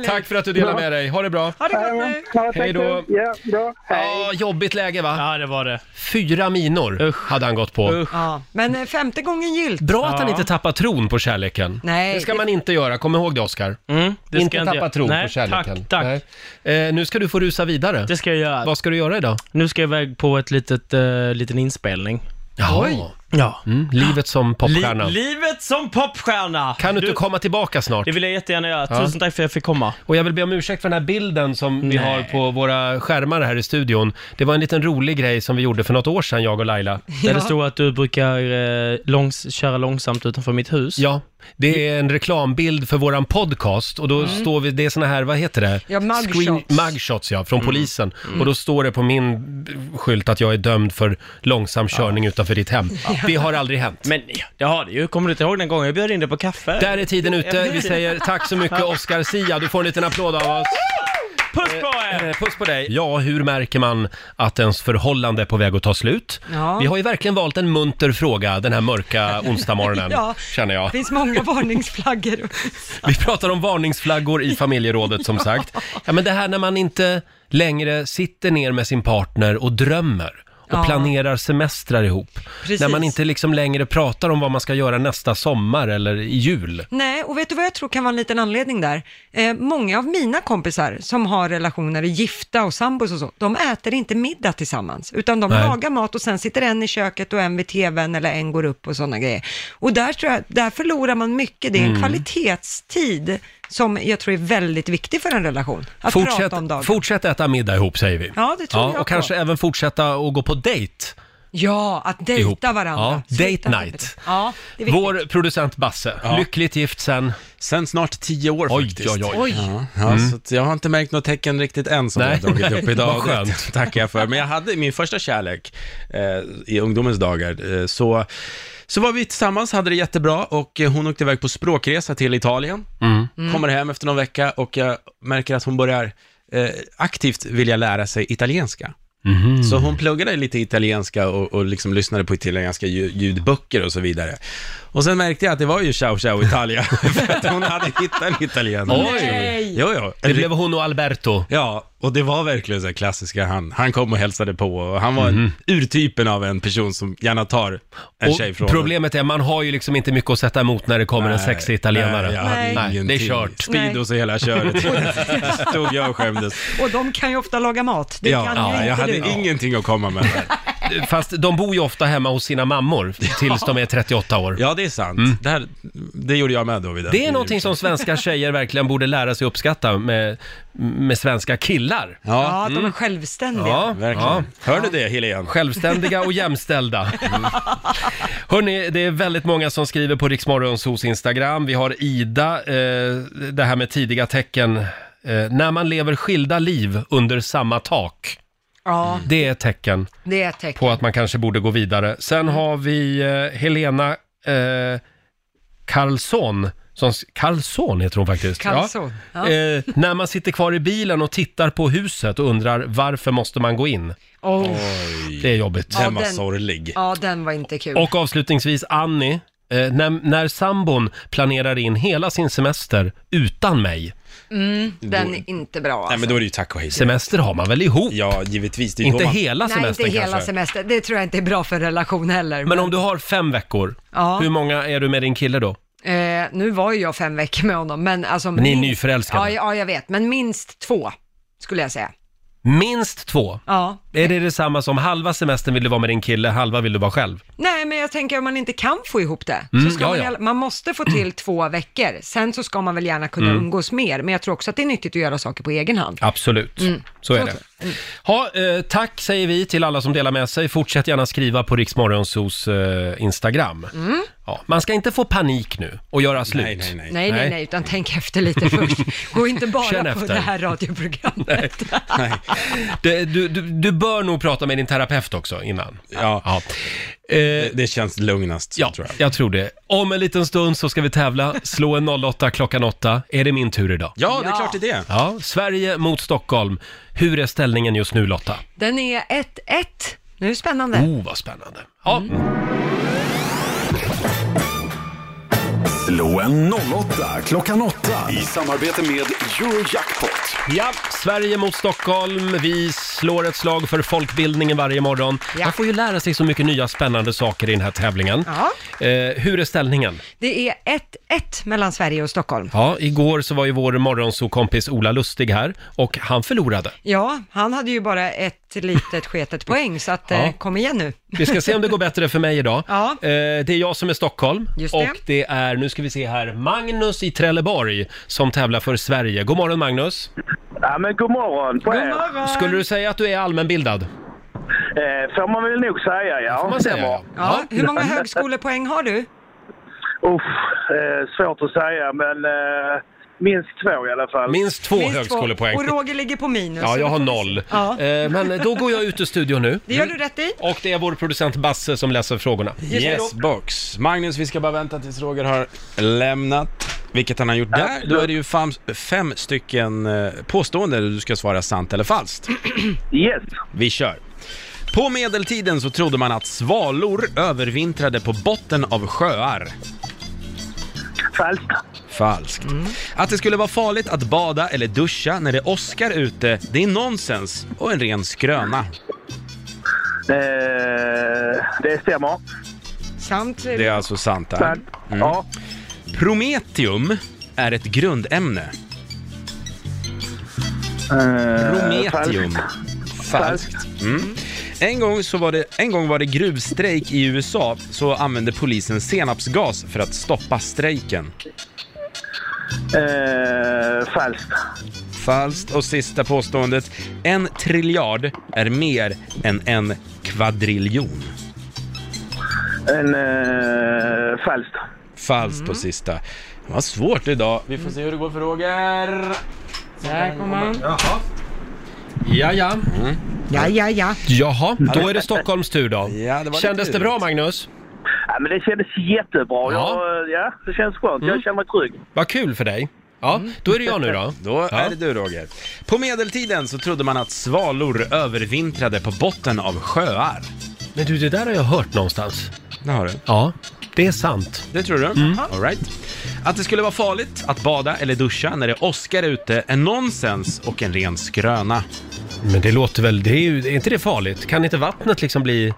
A: <laughs> Tack för att du delade med dig. Ha det bra.
B: Ha det
K: gott nu! Ja, tack
A: Hej då.
K: så- Ja, bra.
A: Ja, jobbigt läge va?
I: Ja, det var det.
A: Fyra minor hade han gått på.
B: Ja. Men eh, femte gången gillt.
A: Bra att han inte tappar tron på kärleken.
B: Nej.
A: Det ska man inte göra, kom ihåg det Oskar.
I: Mm, det ska
A: inte
I: jag inte
A: tappa
I: göra.
A: tron på
I: Nej,
A: kärleken.
I: tack, tack.
A: Nej. Eh, nu ska du få rusa vidare.
I: Det ska jag göra.
A: Vad ska du göra idag?
I: Nu ska jag iväg på ett litet, eh, liten inspelning.
A: Jaha.
I: Ja.
A: Mm, livet som popstjärna.
I: Li- livet som popstjärna!
A: kan du inte komma tillbaka snart?
I: Det vill jag jättegärna göra.
A: Ja.
I: Tusen tack för att jag fick komma.
A: Och jag vill be om ursäkt för den här bilden som vi
I: Nej.
A: har på våra skärmar här i studion. Det var en liten rolig grej som vi gjorde för något år sedan, jag och Laila.
I: Där det stod att du brukar eh, långs- köra långsamt utanför mitt hus.
A: Ja, det är en reklambild för våran podcast och då står vi, det är såna här, vad heter det?
B: Mm. Ja, mugshots. Mm.
A: mugshots ja, från polisen. Och då står det på min b- skylt att jag är dömd för långsam körning utanför ditt hem. Det har aldrig hänt.
I: Men ja, det har det ju. Kommer du inte ihåg den gången jag bjöd in dig på kaffe?
A: Där är tiden ute. Vi säger tack så mycket Oscar Sia. Du får en liten applåd av oss.
I: Puss på er!
A: Eh, Puss på dig. Ja, hur märker man att ens förhållande är på väg att ta slut?
B: Ja.
A: Vi har ju verkligen valt en munter fråga den här
B: <laughs>
A: mörka onsdagsmorgonen,
B: Ja.
A: känner jag.
B: Det
A: <laughs>
B: finns många varningsflaggor.
A: Vi pratar om varningsflaggor i familjerådet som sagt. Ja, men det här när man inte längre sitter ner med sin partner och drömmer och planerar semestrar ihop.
B: Precis.
A: När man inte liksom längre pratar om vad man ska göra nästa sommar eller i jul.
B: Nej, och vet du vad jag tror kan vara en liten anledning där? Eh, många av mina kompisar som har relationer, är gifta och sambos och så, de äter inte middag tillsammans, utan de
F: Nej.
B: lagar mat och sen sitter en i köket och en vid tvn eller en går upp och sådana grejer. Och där tror jag, där förlorar man mycket, det är en
A: Mm.
B: kvalitetstid som jag tror är väldigt viktig för en relation, att
A: Fortsätt,
B: prata om dagen.
A: fortsätt äta middag ihop säger vi.
B: Ja, det tror jag
A: Och
B: på.
A: kanske även fortsätta och gå på dejt.
B: ja, att dejta
A: ihop.
B: varandra.
A: Ja, date
B: Sluta-
A: night.
B: Ja, det är viktigt.
A: Vår producent Basse, lyckligt gift sen...
E: Sen snart tio år faktiskt.
A: Oj, oj, oj.
E: Ja, ja,
A: Mm.
E: så att jag har inte märkt något tecken riktigt än som
A: Nej,
E: jag har
A: nej,
E: dragit upp idag.
A: <laughs> vad skönt.
E: Det <laughs> tackar jag för. Men jag hade min första kärlek eh, i ungdomens dagar. Eh, så, så var vi tillsammans, hade det jättebra och eh, hon åkte iväg på språkresa till Italien.
A: Mm. Mm.
E: Kommer hem efter någon vecka och jag märker att hon börjar eh, aktivt vilja lära sig italienska.
A: Mhm.
E: Så hon pluggade lite italienska och, och liksom lyssnade på italienska ljud, ljudböcker och så vidare. Och sen märkte jag att det var ju ciao ciao Italia, <laughs> för att hon hade hittat en italienare.
A: Nej.
E: Jo, jo.
A: Det blev hon och Alberto.
E: Ja, och det var verkligen så här klassiska, han, han kom och hälsade på och han var en, urtypen av en person som gärna tar en tjej
A: Mhm. Och
E: från
A: problemet är, man har ju liksom inte mycket att sätta emot när det kommer en
E: Nej,
A: sexig italienare.
E: nej, jag hade
A: det är
E: ingenting.
A: kört.
E: Speedos och
B: <laughs>
E: hela köret. Stod jag och skämdes.
B: Och de kan ju ofta laga mat, det kan ju inte
E: jag hade
B: du.
E: ingenting att komma med.
A: Fast de bor ju ofta hemma hos sina mammor tills de är 38 år.
E: Ja, det är sant. Det, här, det gjorde jag med då. Vid den.
A: Mm. Det är någonting som svenska tjejer verkligen borde lära sig uppskatta med, med svenska killar.
B: Ja,
A: Mm.
B: de är självständiga.
E: Hör du det, Helene?
A: Självständiga och jämställda.
E: Mm.
A: Hörni, det är väldigt många som skriver på Riksmorgonsos Instagram. Vi har Ida, eh, det här med tidiga tecken. Eh, när man lever skilda liv under samma tak.
B: Ja,
A: Det är ett tecken
B: det är ett tecken.
A: på att man kanske borde gå vidare. Sen
B: Mm.
A: har vi eh, Helena eh, Karlsson. Som, Karlsson heter hon faktiskt.
B: Karlsson, ja.
A: Eh, när man sitter kvar i bilen och tittar på huset och undrar varför måste man gå in?
B: Oh.
A: Det är jobbigt.
B: Ja, Ja, den var inte kul.
A: Och avslutningsvis Annie. Eh, när, när sambon planerar in hela sin semester utan mig.
B: mm, den
A: Då-
B: är inte bra alltså.
E: Nej, men då är det ju tack och hej.
A: Semester har man väl ihop?
E: Ja, givetvis.
A: inte hela
B: Nej,
A: semestern
B: inte hela
A: kanske.
B: semestern. Det tror jag inte är bra för en relation heller.
A: Men om du har fem veckor,
B: Ja.
A: hur många är du med din kille då?
B: Eh, nu var ju jag fem veckor med honom, men alltså...
A: Men ni är
B: minst-
A: nyförälskade.
B: Ja, ja, jag vet. Men minst två, skulle jag säga.
A: Minst två.
B: Ja.
A: Är det detsamma som halva semestern vill du vara med din kille, halva vill du vara själv?
B: Nej, men jag tänker om man inte kan få ihop det,
A: Mm,
B: så ska
A: ja,
B: man,
A: ja.
B: gärna- man måste få till två veckor. Sen så ska man väl gärna kunna
A: Mm.
B: umgås mer, men jag tror också att det är nyttigt att göra saker på egen hand.
A: Absolut,
B: Mm.
A: så är
B: Så-
A: det. Ha, eh, tack säger vi till alla som delar med sig. Fortsätt gärna skriva på Riksmorgonsos eh, Instagram.
B: Mm.
A: Ja, man ska inte få panik nu och göra slut.
E: Nej, nej,
B: Nej, nej, nej, utan tänk
A: <laughs>
B: efter lite först. Gå inte bara
A: Känn
B: på
A: efter.
B: det här radioprogrammet.
A: Det, du, du, du bör nog prata med din terapeut också innan.
E: Ja,
A: det,
E: det känns lugnast ja, tror jag.
A: Jag tror det. Om en liten stund så ska vi tävla. Slå en 08 klockan 8. Är det min tur idag?
E: Ja, det är klart det är det.
A: Ja, Sverige mot Stockholm. Hur är ställningen just nu Lotta?
B: Den är 1-1. Nu är det spännande.
A: Oh, vad spännande. Ja.
B: Mm.
C: Slå en 08 klockan 8 i samarbete med Eurojackpot.
A: Ja, Sverige mot Stockholm. Vi slår ett slag för folkbildningen varje morgon. Man får ju lära sig så mycket nya spännande saker i den här tävlingen. Eh, hur är ställningen?
B: Det är 1-1 mellan Sverige och Stockholm.
A: Ja, igår så var ju vår morgonsokompis Ola Lustig här och han förlorade.
B: Ja, han hade ju bara ett litet sketet poäng, så att,
A: Ja.
B: eh, kom igen nu.
A: Vi ska se om det går bättre för mig idag.
B: <laughs> Ja.
A: Eh, det är jag som är Stockholm
B: Just det.
A: och det är, nu ska vi se här, Magnus i Trelleborg som tävlar för Sverige. God morgon Magnus!
L: Ja, men god morgon på er.
A: Skulle du säga att du är allmänbildad?
L: Eh, får man väl nog säga, ja.
A: Får man säga,
L: Stämmer.
A: ja.
B: Ja, hur många högskolepoäng har du?
L: Uff, eh, svårt att säga, men eh, minst två i alla fall.
A: Minst två Minst två. högskolepoäng.
B: Och Roger ligger på minus.
A: Ja,
B: så
A: jag
B: då
A: har
B: får vi se.
A: noll.
B: Ja.
A: Eh, Men då går jag ut ur studion nu.
B: Det gör du rätt i.
A: Och det är vår producent Basse som läser frågorna.
E: Yes box. Magnus, vi ska bara vänta tills Roger har lämnat, vilket han har gjort där. Då är det ju fem, fem stycken eh, påståenden där du ska svara sant eller falskt.
L: Yes.
E: Vi kör. På medeltiden så trodde man att svalor övervintrade på botten av sjöar.
L: Falskt.
E: Falskt. Att det skulle vara farligt att bada eller duscha när det åskar ute, det är nonsens och en ren skröna.
L: Eh, det stämmer.
B: Sant.
E: Det är alltså sant det här.
L: Sant.
A: Mm.
L: Ja.
E: Prometium är ett grundämne.
L: Eh,
E: Prometium. Eh, Falskt. Mm. En, gång så var det, en gång var det gruvstrejk i USA så använde polisen senapsgas för att stoppa strejken.
L: Eh, falskt.
E: Falskt. Och sista påståendet. En triljard är mer än en kvadriljon.
L: En, eh, falskt.
E: Falskt och sista. Det var svårt idag. Mm. Vi får se hur det går för Roger.
B: Där kommer han.
A: Ja, ja.
B: Ja, ja, ja.
A: Jaha, då är det Stockholms tur då.
E: lite
A: Kändes det bra Magnus?
L: Ja, men det kändes jättebra. Jag, eh, ja, det känns skönt. Jag känner mig trygg.
A: Vad kul för dig. Ja, då är det jag nu då.
E: Då
A: Ja.
E: är det du Roger. På medeltiden så trodde man att svalor övervintrade på botten av sjöar.
A: Men du, det där har jag hört någonstans.
E: Det har du?
A: Ja, det är sant.
E: Det tror du?
A: Mm.
E: All right. Att det skulle vara farligt att bada eller duscha när det åskar ute är nonsens och en ren skröna.
A: Men det låter väl, det är ju, är inte det farligt? Kan inte vattnet liksom bli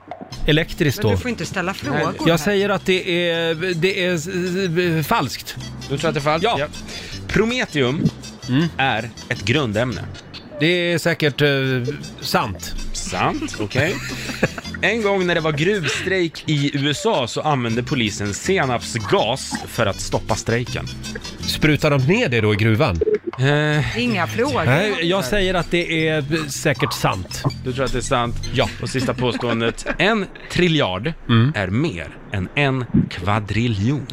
A: elektriskt
B: Men
A: då?
B: du får inte ställa frågor. här.
A: Jag säger att det är, det är eh, falskt.
E: Du tror att det är falskt? Ja. Prometium är ett grundämne.
A: Det är säkert eh, sant.
E: Sant, <laughs> okej. En gång när det var gruvstrejk i USA så använde polisen senapsgas för att stoppa strejken.
A: Sprutar de ner det då i gruvan?
E: Eh,
B: Inga frågor.
A: Nej, jag säger att det är eh, säkert sant.
E: Du tror att det är sant? Ja. Och sista påståendet. <laughs> Mm. En triljard är mer än en <laughs> kvadriljon.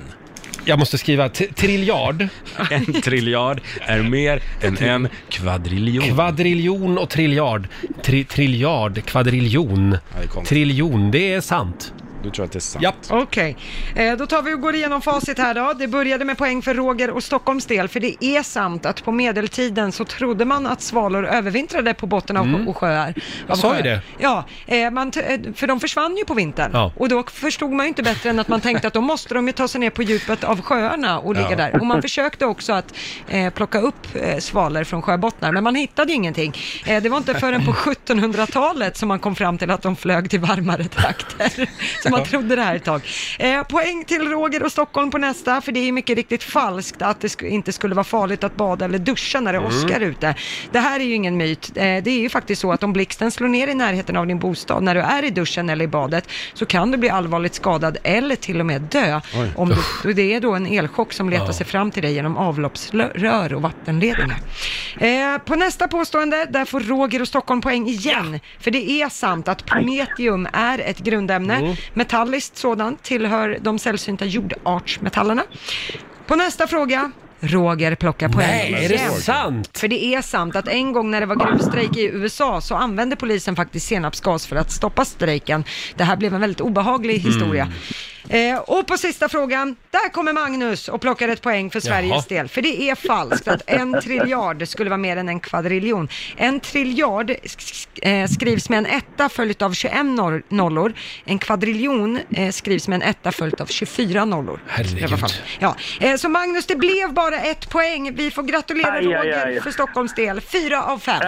A: Jag måste skriva t- triljard.
E: En triljard är mer än en kvadriljon.
A: Kvadriljon och triljard. Tri- triljard, kvadriljon.
E: det kom.
A: Triljon, det är sant.
E: Du tror att det är sant?
A: Japp.
B: Okej, eh, då tar vi och går igenom facit här då. Det började med poäng för Roger och Stockholms del, för det är sant att på medeltiden så trodde man att svalor övervintrade på botten av
A: Mm.
B: mm. sjöar.
A: Jag
B: av
A: sa ju
B: sjöar.
A: det.
B: Ja, eh, man t- eh, för de försvann ju på vintern.
A: Ja.
B: Och då förstod man ju inte bättre än att man tänkte att då måste de ju ta sig ner på djupet av sjöarna och ligga
A: Ja.
B: där. Och man försökte också att eh, plocka upp eh, svalor från sjöbottnar, men man hittade ju ingenting. Eh, det var inte förrän på 1700-talet som man kom fram till att de flög till varmare
A: <laughs>
B: trakter. Så man trodde det här ett tag. Eh, poäng till Roger och Stockholm på nästa, för det är ju mycket riktigt falskt att det sku- inte skulle vara farligt att bada eller duscha när det
G: Mm.
B: åskar ute. Det här är ju ingen myt. Eh, det är ju faktiskt så att om blixten slår ner i närheten av din bostad när du är i duschen eller i badet så kan du bli allvarligt skadad eller till och med dö.
A: Oj.
B: Om du, och det är då en elchock som letar
A: Ja.
B: sig fram till dig genom avloppsrör och vattenledningar. Eh, på nästa påstående, där får Roger och Stockholm poäng igen. För det är sant att prometium är ett grundämne.
A: Mm.
B: Metalliskt sådant tillhör de sällsynta jordartsmetallerna. På nästa fråga, Roger plockar poäng
A: Nej, är det sant?
B: för det är sant att en gång när det var gruvstrejk i USA så använde polisen faktiskt senapsgas för att stoppa strejken. Det här blev en väldigt obehaglig historia. Eh, och på sista frågan, där kommer Magnus och plockar ett poäng för Sveriges
G: Jaha.
B: del. För det är falskt att en triljard skulle vara mer än en kvadriljon. En triljard sk- sk- eh, skrivs med en etta följt av 21 nor- nollor. En kvadriljon eh, skrivs med en etta följt av 24 nollor. Det var
A: Herregud.
B: falskt. Ja, eh, så Magnus, det blev bara ett poäng. Vi får gratulera
A: Aj,
B: Roger
A: aj, aj.
B: för Stockholms del. Fyra av fem.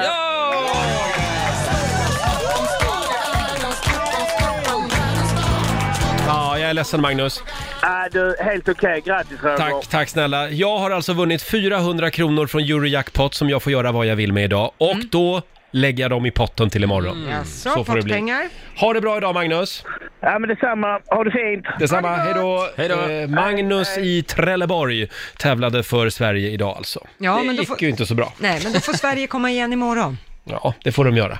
A: Ja, jag är ledsen Magnus.
L: Äh, du, helt okej. Grattis Roger.
A: Tack, tack snälla. Jag har alltså vunnit 400 kronor från Eurojackpot som jag får göra vad jag vill med idag. Och då lägger jag dem i potten till imorgon.
B: Mm.
A: Mm.
B: Jaså, pottpengar.
A: Ha det bra idag Magnus.
L: Ja, men detsamma. Ha det fint.
A: Detsamma, hej då. Eh, Magnus i Trelleborg tävlade för Sverige idag alltså.
B: Ja,
A: det
B: men då
A: gick
B: får-
A: ju inte så bra.
B: Nej, men då får Sverige komma igen imorgon.
A: Ja, det får de göra.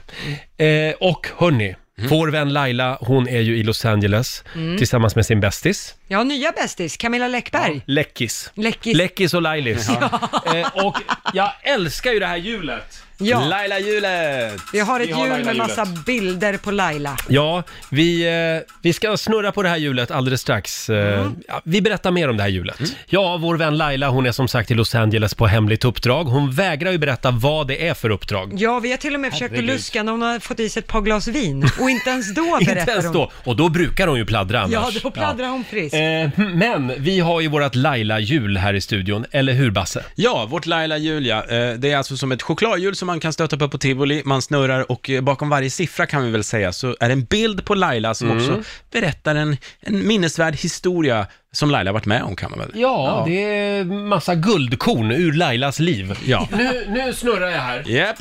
A: Eh, och hörni, vår vän Laila, hon är ju i Los Angeles
B: Mm.
A: tillsammans med sin bästis.
B: Ja, nya bästis, Camilla Läckberg.
A: Läckis.
B: Läckis.
A: Läckis och Lailis.
B: Ja.
A: Eh, och jag älskar ju det här hjulet.
B: Ja.
E: Laila-hjulet!
B: Vi har ett
A: Laila
B: hjul med
A: hjulet.
B: massa bilder på Laila.
A: Ja, vi, eh, vi ska snurra på det här hjulet alldeles strax. Eh, ja, vi berättar mer om det här hjulet. Ja, vår vän Laila, hon är som sagt i Los Angeles på hemligt uppdrag. Hon vägrar ju berätta vad det är för uppdrag.
B: Ja, vi har till och med försökt att
A: Herregud.
B: luska när hon har fått i sig ett par glas vin och inte ens då
A: <laughs> Inte
B: berättar
A: ens då. Och då brukar hon ju pladdra
B: hon.
A: annars.
B: Ja, då pladdrar hon friskt.
A: Eh, Men vi har ju vårt Laila-hjul här i studion, eller hur Basse?
E: Ja, vårt Laila Julia. Eh, Det är alltså som ett chokladhjul som
M: som man kan stöta på på tivoli, man snurrar och eh, bakom varje siffra kan vi väl säga så är det en bild på Laila som
A: Mm.
M: också berättar en, en minnesvärd historia som Laila varit med om kan man väl?
A: Ja, det är massa guldkorn ur Lailas liv.
M: Ja.
A: Nu, nu snurrar jag här.
M: Japp.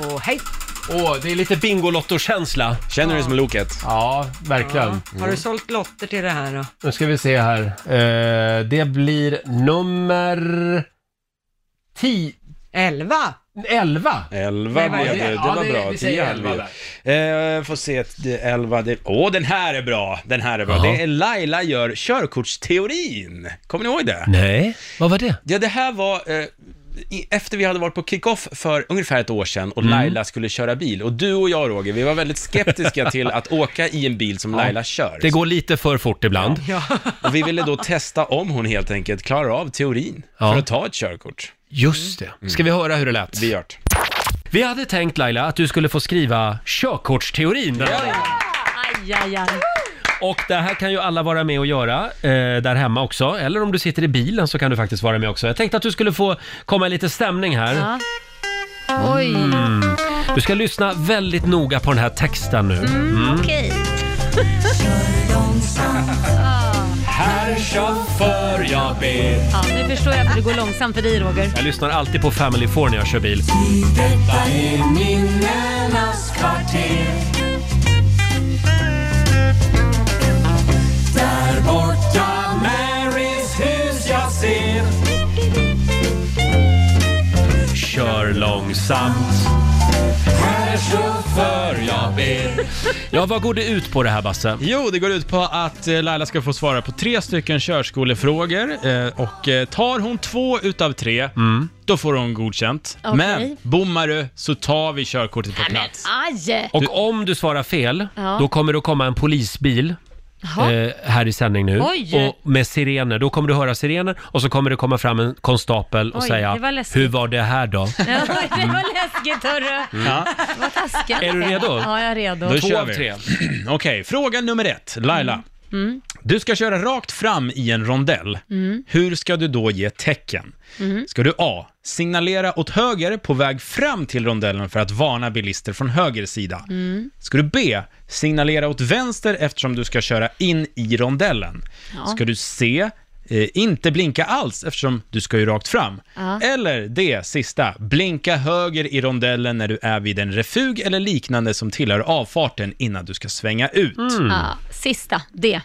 A: Åh, hej! Åh, det är lite Bingolotto-känsla.
M: Känner du dig som Loket?
A: Ja, Mm. verkligen.
B: Har du sålt lotter till det här då?
A: Nu ska vi se här. Eh, det blir nummer... 10...
B: 11!
A: 11!
M: 11
A: Nej, vad är
M: blev det,
A: det?
M: det
A: Ja,
M: var
A: det-
M: bra.
A: vi säger
M: Tio
A: elva
M: hade vi. Eh, får se, ett- det- 11, det... Åh, den här är bra! Den här är bra. Det är Laila gör körkortsteorin. Kommer ni ihåg det?
A: Nej, vad var det?
M: Ja, det här var eh, i- efter vi hade varit på kickoff för ungefär ett år sedan
E: Mm.
M: och Laila skulle köra bil. Och du och jag, Roger, vi var väldigt
E: <laughs>
M: skeptiska till att åka i en bil som Laila kör.
A: Det går lite för fort ibland.
M: Och vi ville då testa om hon helt enkelt klarar av teorin för att ta ett körkort.
A: Just det. Ska Mm. vi höra hur det lät?
M: Vi gör det.
A: Vi hade tänkt Laila att du skulle få skriva körkortsteorin. den här gången.
G: Aj, aj, aj.
A: Och det här kan ju alla vara med och göra eh, där hemma också. Eller om du sitter i bilen så kan du faktiskt vara med också. Jag tänkte att du skulle få komma i lite stämning här.
G: Ja. Oj.
A: Mm. Du ska lyssna väldigt noga på den här texten nu. Mm.
G: Okej.
A: Herr chaufför, jag ber.
G: Ja, nu förstår jag att det går långsamt för dig Roger.
A: Jag lyssnar alltid på Family Four när jag kör bil.
N: Detta är minnenas kvarter. Där borta Marys hus jag ser.
A: Kör långsamt.
N: Herr chaufför, jag ber.
A: Ja, vad går det ut på det här Basse?
E: Jo, det går ut på att eh, Laila ska få svara på tre stycken körskolefrågor eh, och eh, tar hon två utav tre,
N: Mm.
E: då får hon godkänt.
G: Okej.
E: Men bommar du så tar vi körkortet på plats.
G: Aj!
A: Och om du svarar fel,
G: Ja.
A: då kommer det att komma en polisbil
G: Jaha.
A: eh, här i sändning nu.
G: Oj.
A: Och med sirener. Då kommer du höra sirener och så kommer det komma fram en konstapel och
G: Oj,
A: säga
G: det var läskigt.
A: “Hur var det här då?”
G: <laughs>
A: <laughs>
G: Ja, det var läskigt hörru.
A: Mm. Ja.
G: Vad taskigt.
E: Är du redo? Mm.
G: Ja, jag är redo.
E: Då kör vi. <clears throat> Okej, fråga nummer ett. Laila,
G: Mm.
E: du ska köra rakt fram i en rondell.
G: Mm.
E: Hur ska du då ge tecken?
G: Mm.
E: Ska du A. Signalera åt höger på väg fram till rondellen för att varna bilister från höger sida.
G: Mm.
E: Ska du B. Signalera åt vänster eftersom du ska köra in i rondellen.
G: Ja.
E: Ska du C. Eh, inte blinka alls eftersom du ska ju rakt fram.
G: Ja.
E: Eller D. Sista. Blinka höger i rondellen när du är vid en refug eller liknande som tillhör avfarten innan du ska svänga ut.
G: Ja, sista, det.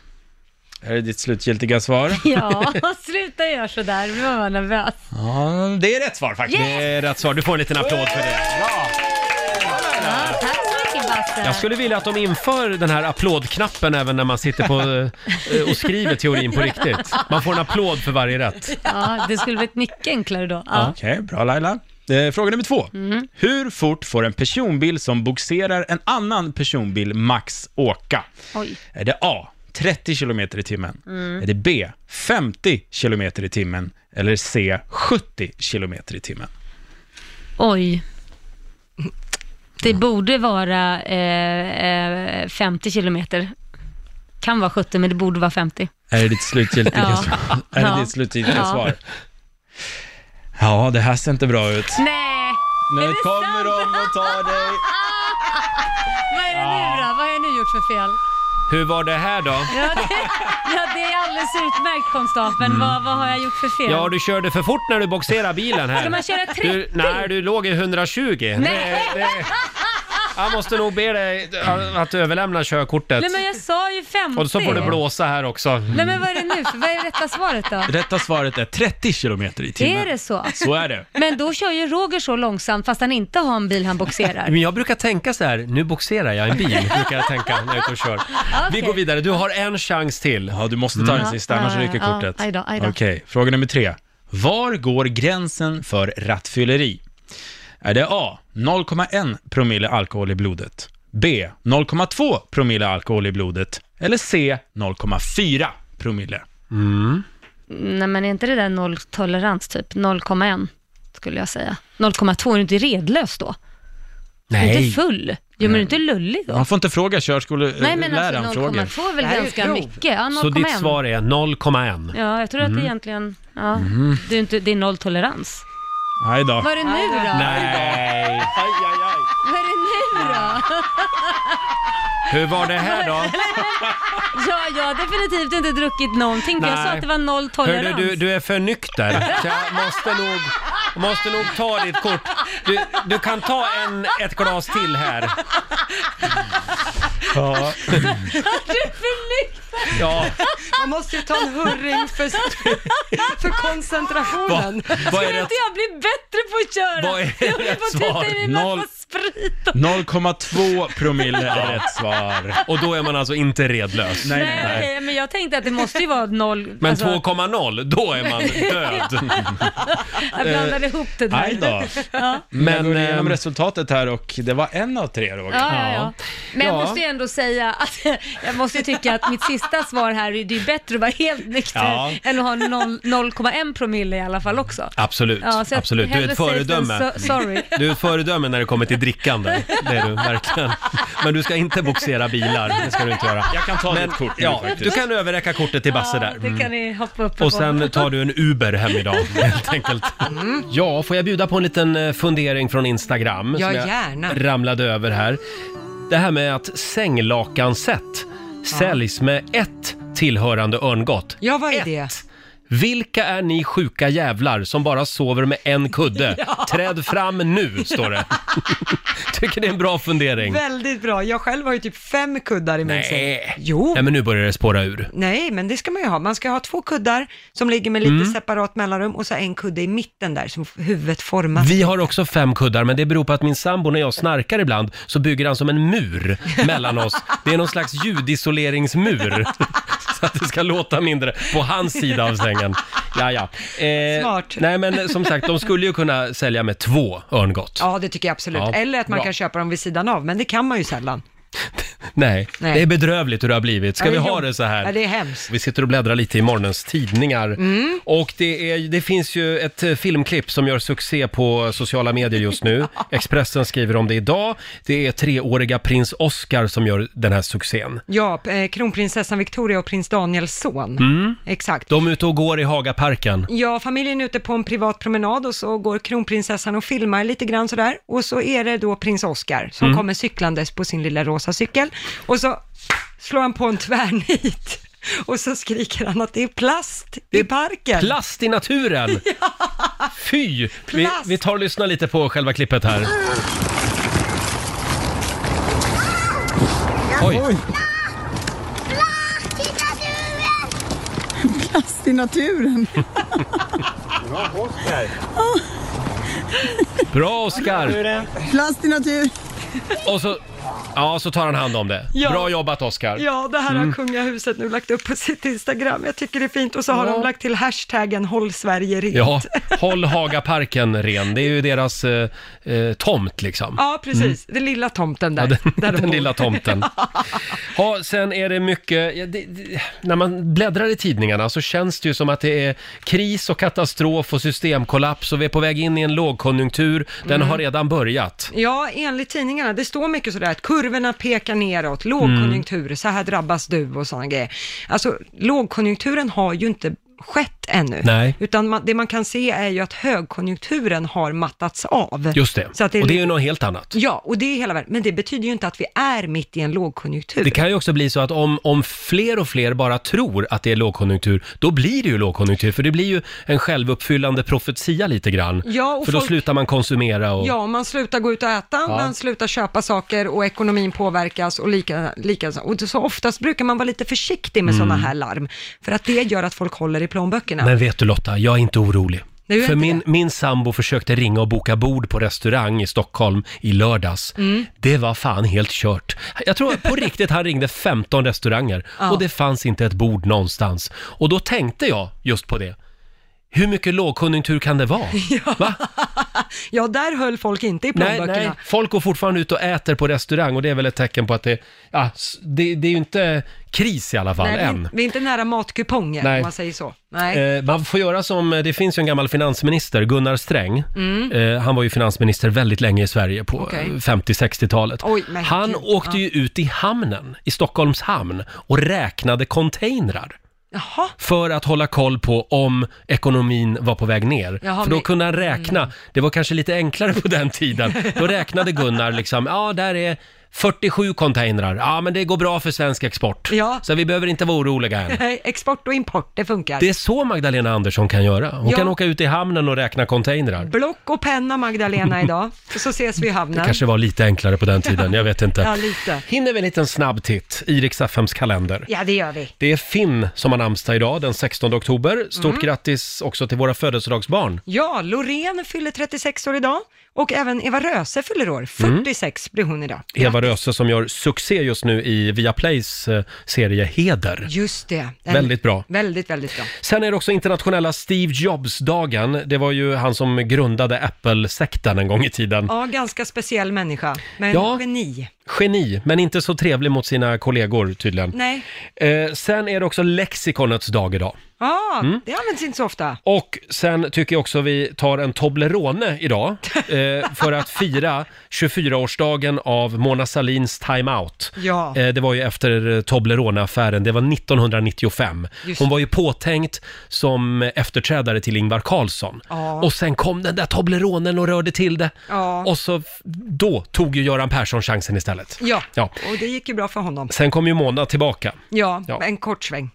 E: Här är ditt slutgiltiga svar.
G: <laughs> Ja, sluta göra sådär, nu var jag nervös.
E: Ja, det är rätt svar faktiskt.
G: Yes!
A: Det är rätt svar. Du får en liten applåd för det.
G: Ja, tack så mycket
A: Jag
G: Basse.
A: skulle vilja att de inför den här applådknappen även när man sitter på, eh, och skriver teorin på riktigt. Man får en applåd för varje rätt.
G: Ja, det skulle varit mycket enklare då. Ja.
E: Okej, bra Laila. Eh, fråga nummer två.
G: Mm.
E: Hur fort får en personbil som boxerar en annan personbil max åka?
G: Oj.
E: Är det A. 30 km i timmen?
G: Mm.
E: Är det B. 50 km i timmen? Eller C. 70 km i timmen?
G: Oj. Det borde vara eh, eh, 50 kilometer. Kan vara 70, men det borde vara 50.
E: Är det ditt slutgiltiga
G: Ja.
E: svar? Är det
G: Ja.
E: ditt slutgiltiga
G: Ja.
E: svar? Ja, det här ser inte bra ut.
G: Nej!
E: Nu
G: Är det
E: kommer de och tar dig.
G: Vad är det nu då? Vad har jag nu gjort för fel?
A: Hur var det här då?
G: Ja, det, ja, det är alldeles utmärkt konstapeln. Vad, vad har jag gjort för fel?
A: Mm. Ja, du körde för fort när du boxerade bilen här.
G: Ska man köra 30?
A: Du, nej, du låg i 120.
G: Nej.
A: Det, det, jag måste nog be dig eh, att överlämna körkortet.
G: Nej men jag sa ju 50.
A: Och så får du blåsa här också.
G: Nej men vad är det nu? Vad är rätta svaret då?
E: Rätta svaret är 30 km i timmen.
G: Är det så?
E: Så är det.
G: Men då kör ju Roger så långsamt fast han inte har en bil han boxerar.
A: <laughs> Men jag brukar tänka så här, nu boxerar jag en
G: <laughs>
A: bil, brukar jag tänka när jag är ute och kör. Vi
G: Okej.
A: går vidare, du har en chans till.
E: Ja, du måste ta
A: Mm.
E: den sista, annars ryker
G: Ja,
E: kortet.
G: aj då, aj då.
E: Okej, fråga nummer tre. Var går gränsen för rattfylleri? Är det A. 0,1 promille alkohol i blodet? B. 0,2 promille alkohol i blodet? Eller C. 0,4 promille?
G: Nej men är inte det där nolltolerans typ? 0,1 skulle jag säga. 0,2, är du inte redlös då? Är du
E: Nej.
G: inte full? Jo men är du inte lullig då?
E: Man får inte fråga
G: Nej men
E: körskoleläraren
G: alltså
E: frågor.
G: 0,2 är väl
E: Det här är
G: ganska
E: ett prov.
G: mycket? Ja, 0,1.
A: Så ditt svar är 0,1.
G: Ja, jag tror att det egentligen, ja,
A: Mm.
G: det, är inte, det är nolltolerans.
O: Aj då.
G: Var det nu då?
O: Nej.
G: Vad är det nu då?
A: Hur var det här då?
G: ja, jag har definitivt inte druckit någonting. för Jag sa
A: Nej.
G: att det var noll
A: Hörde
G: tolerans.
A: du, du är för nykter. Så jag måste nog, måste nog ta ditt kort. Du, du kan ta en, ett glas till här. Ja.
G: <laughs>
F: Du är för nykter!
A: Ja.
B: Man måste ju ta en hurring för,
A: <laughs>
B: för koncentrationen.
A: Va- vad är
G: Skulle <laughs>
A: rätt-
G: inte jag bli bättre på att köra?
E: Vad är
G: jag håller
E: rätt
G: på att titta i
E: svar?
G: min massa
E: Noll.
G: sprit.
E: 0,2 promille
A: är
G: <laughs>
A: rätt svar. Och då är man alltså inte redlös.
G: Nej, okej, men jag tänkte att det måste ju vara noll.
A: Men
G: alltså-
A: 2,0, då är
G: <laughs>
A: man död.
G: jag blandade ihop det där.
E: Aj då.
G: Ja.
E: Men jag går
A: ehm,
E: igenom resultatet här och det var en av tre Roger.
G: ehm, Ja, ja, ja. Men jag
E: Ja.
G: måste ju ändå säga att <laughs> jag måste ju tycka att mitt sista svar här, är- det är ju bättre att vara helt nykter
A: Ja.
G: än att ha noll- 0,1 promille i alla fall också.
A: Absolut,
G: Ja, så jag-
A: absolut. Du är
G: hellre
A: ett
G: safe than
A: föredöme.
G: so- sorry.
A: <laughs> Du är ett föredöme när det kommer till drickande. Det är du verkligen. Men du ska inte boxera bilar, det ska du inte göra.
E: Jag kan ta
A: Men,
E: ditt kort nu
A: ja,
E: faktiskt.
A: Du kan överräcka kortet till Basse där. Mm.
G: Det kan ni hoppa upp
A: Och sen tar du en Uber hem idag, <laughs> helt enkelt. Mm. Ja, får jag bjuda på en liten eh, fundering från Instagram?
B: Ja,
A: som
B: gärna.
A: jag ramlade över här. Det här med att sänglakanset säljs med ett tillhörande örngott.
B: Ja, vad är det?
A: Vilka är ni sjuka jävlar som bara sover med en <laughs> kudde?
B: Ja.
A: Träd fram nu, står <laughs> det. Tycker det är en bra fundering.
B: Väldigt bra. Jag själv har ju typ fem kuddar i min säng.
A: Nej. Nej, men nu börjar det spåra ur.
B: Nej, men det ska man ju ha. Man ska ha två kuddar som ligger med lite
A: Mm.
B: separat mellanrum och så en kudde i mitten där som huvudet formas.
A: Vi har också fem kuddar, men det beror på att min sambo när jag snarkar ibland så bygger han som en mur mellan oss. Det är någon slags ljudisoleringsmur. <laughs> Så att det ska låta mindre på hans sida av sängen. Ja, ja. Eh,
B: Smart.
A: Nej, men som sagt, de skulle ju kunna sälja med två örngott.
B: Ja, det tycker jag absolut.
A: Ja,
B: Eller att man
A: bra.
B: kan köpa dem vid sidan av, men det kan man ju sällan.
A: Nej,
B: Nej.
A: det är bedrövligt hur det har blivit. Ska
B: Ja,
A: vi
B: det
A: ha
B: är jobb-
A: det så här?
B: Ja, det är hemskt.
A: Vi sitter och bläddrar lite i morgonens tidningar.
B: Mm.
A: Och det, är, det finns ju ett eh, filmklipp som gör succé på sociala medier just
B: <laughs>
A: nu. Expressen skriver om det idag. Det är treåriga prins Oscar som gör den här succén.
B: Ja, p- eh, kronprinsessan Victoria och prins Daniels son.
A: Mm.
B: Exakt.
A: De är ute och går i Hagaparken.
B: Ja, familjen är ute på en privat promenad och så går kronprinsessan och filmar lite grann sådär. Och så är det då prins Oscar som
A: Mm.
B: kommer cyklandes på sin lilla rosa cykel. Och så slår han på en tvärnit. <laughs> Och så skriker han att det är plast i parken.
A: Plast i
B: <laughs>
A: naturen! Fy! Vi,
B: Plast.
A: vi tar och lyssnar lite på själva klippet här. Oj!
P: Plast i naturen.
A: Bra Oscar!
P: Plast i naturen.
A: Och så, ja, så tar han hand om det.
B: Ja.
A: Bra jobbat Oscar!
B: Ja, det här har
A: Mm.
B: kungahuset nu lagt upp på sitt Instagram. Jag tycker det är fint. Och så har
A: Ja.
B: de lagt till hashtaggen Håll Sverige rent.
A: Ja, håll Hagaparken ren. Det är ju deras eh, eh, tomt liksom.
B: <laughs> Ja, precis. Den lilla tomten där.
A: Ja, den-
B: där de
A: den
B: bor.
A: lilla
B: <laughs>
A: tomten. Ja, sen är det mycket, ja, det, det, när man bläddrar i tidningarna så känns det ju som att det är kris och katastrof och systemkollaps och vi är på väg in i en lågkonjunktur. Den
B: Mm.
A: har redan börjat.
B: Ja, enligt tidningarna, det står mycket sådär att kurvorna pekar neråt, lågkonjunktur,
A: Mm.
B: så här drabbas du och sådana grejer. Alltså, lågkonjunkturen har ju inte skett ännu.
A: Nej.
B: Utan man, det man kan se är ju att högkonjunkturen har mattats av.
A: Just det.
B: Så att
A: och det är ju något helt annat.
B: Ja, och det är hela världen. Men det betyder ju inte att vi är mitt i en lågkonjunktur.
A: Det kan ju också bli så att om, om fler och fler bara tror att det är lågkonjunktur, då blir det ju lågkonjunktur. För det blir ju en självuppfyllande profetia lite grann.
B: Ja, och
A: för då
B: folk-
A: slutar man konsumera och...
B: Ja, man slutar gå ut och äta,
A: Ja.
B: man slutar köpa saker och ekonomin påverkas och lika, lika och så oftast brukar man vara lite försiktig med
A: Mm.
B: sådana här larm, för att det gör att folk håller i plånböckerna.
A: Men vet du Lotta, jag är inte orolig.
B: Du är
A: För
B: inte
A: min, min sambo försökte ringa och boka bord på restaurang i Stockholm i lördags.
B: Mm.
A: Det var fan helt kört. Jag tror
B: <laughs>
A: på riktigt han ringde 15 restauranger
F: Ja.
A: och det fanns inte ett bord någonstans. Och då tänkte jag just på det. Hur mycket lågkonjunktur kan det
B: <laughs>
A: vara?
B: Ja, där höll folk inte i
A: Nej,
B: plånböckerna.
A: nej, folk går fortfarande ut och äter på restaurang och det är väl ett tecken på att det, ja, s- det, det är ju inte kris i alla fall,
B: Nej, vi-
A: än.
B: Vi är inte nära matkupongen,
A: Nej.
B: om man säger så. Nej.
A: Eh, man får göra som, det finns ju en gammal finansminister, Gunnar Sträng.
B: Mm.
A: Eh, han var ju finansminister väldigt länge i Sverige på
B: Okej.
A: eh, 50-60-talet.
B: Oj, men
A: Han
B: gud,
A: åkte
B: ja.
A: ju ut i hamnen, i Stockholms hamn, och räknade containrar. För att hålla koll på om ekonomin var på väg ner.
F: Jaha,
A: för då
F: men-
A: kunde han räkna.
B: Mm.
A: Det var kanske lite enklare på den tiden. Då räknade Gunnar liksom, ja där är 47 containrar. Ja men det går bra för svensk export.
B: Ja.
A: Så vi behöver inte vara oroliga än.
B: Export och import, det funkar.
A: Det är så Magdalena Andersson kan göra. Hon
B: Ja.
A: kan åka ut i hamnen och räkna containrar.
B: Block och
A: <laughs>
B: penna Magdalena idag, så ses vi i hamnen.
A: Det kanske var lite enklare på den tiden, jag vet inte.
B: Ja, lite.
A: Hinner vi en liten snabb titt i Rix FMs kalender?
B: Ja, det gör vi.
A: Det är Finn som har namnsdag idag, den 16 oktober. Stort
B: Mm.
A: grattis också till våra födelsedagsbarn.
B: Ja, Loreen fyller 36 år idag och även Eva Röse fyller
A: Mm.
B: år. 46 blir hon idag.
A: Eva Röse som gör succé just nu i Viaplays eh, serie Heder.
B: Just det. Den-
A: Väldigt bra.
B: Väldigt, väldigt bra.
A: Sen är det också internationella Steve Jobs-dagen. Det var ju han som grundade Apple-sekten en gång i tiden.
B: Ja, ganska speciell människa, men
A: Ja.
B: geni.
A: Geni, men inte så trevlig mot sina kollegor tydligen.
B: Nej.
A: Eh, sen är det också lexikonets dag idag.
B: Ja,
A: Mm.
B: det används inte så ofta.
A: Och sen tycker jag också vi tar en Toblerone idag eh, för att fira 24-årsdagen av Mona Salins timeout.
B: Ja.
A: Eh, det var ju efter eh, Toblerone-affären, det var 1995.
B: Just
A: Hon
B: det.
A: var ju påtänkt som efterträdare till Ingvar Carlsson.
B: Ja.
A: Och sen kom den där Tobleronen och rörde till det.
B: Ja.
A: Och så f- då tog ju Göran Persson chansen istället.
B: Ja.
A: Ja.
B: och det gick ju bra för honom.
A: Sen kom ju Mona tillbaka.
B: Ja,
A: Ja.
B: en kort sväng.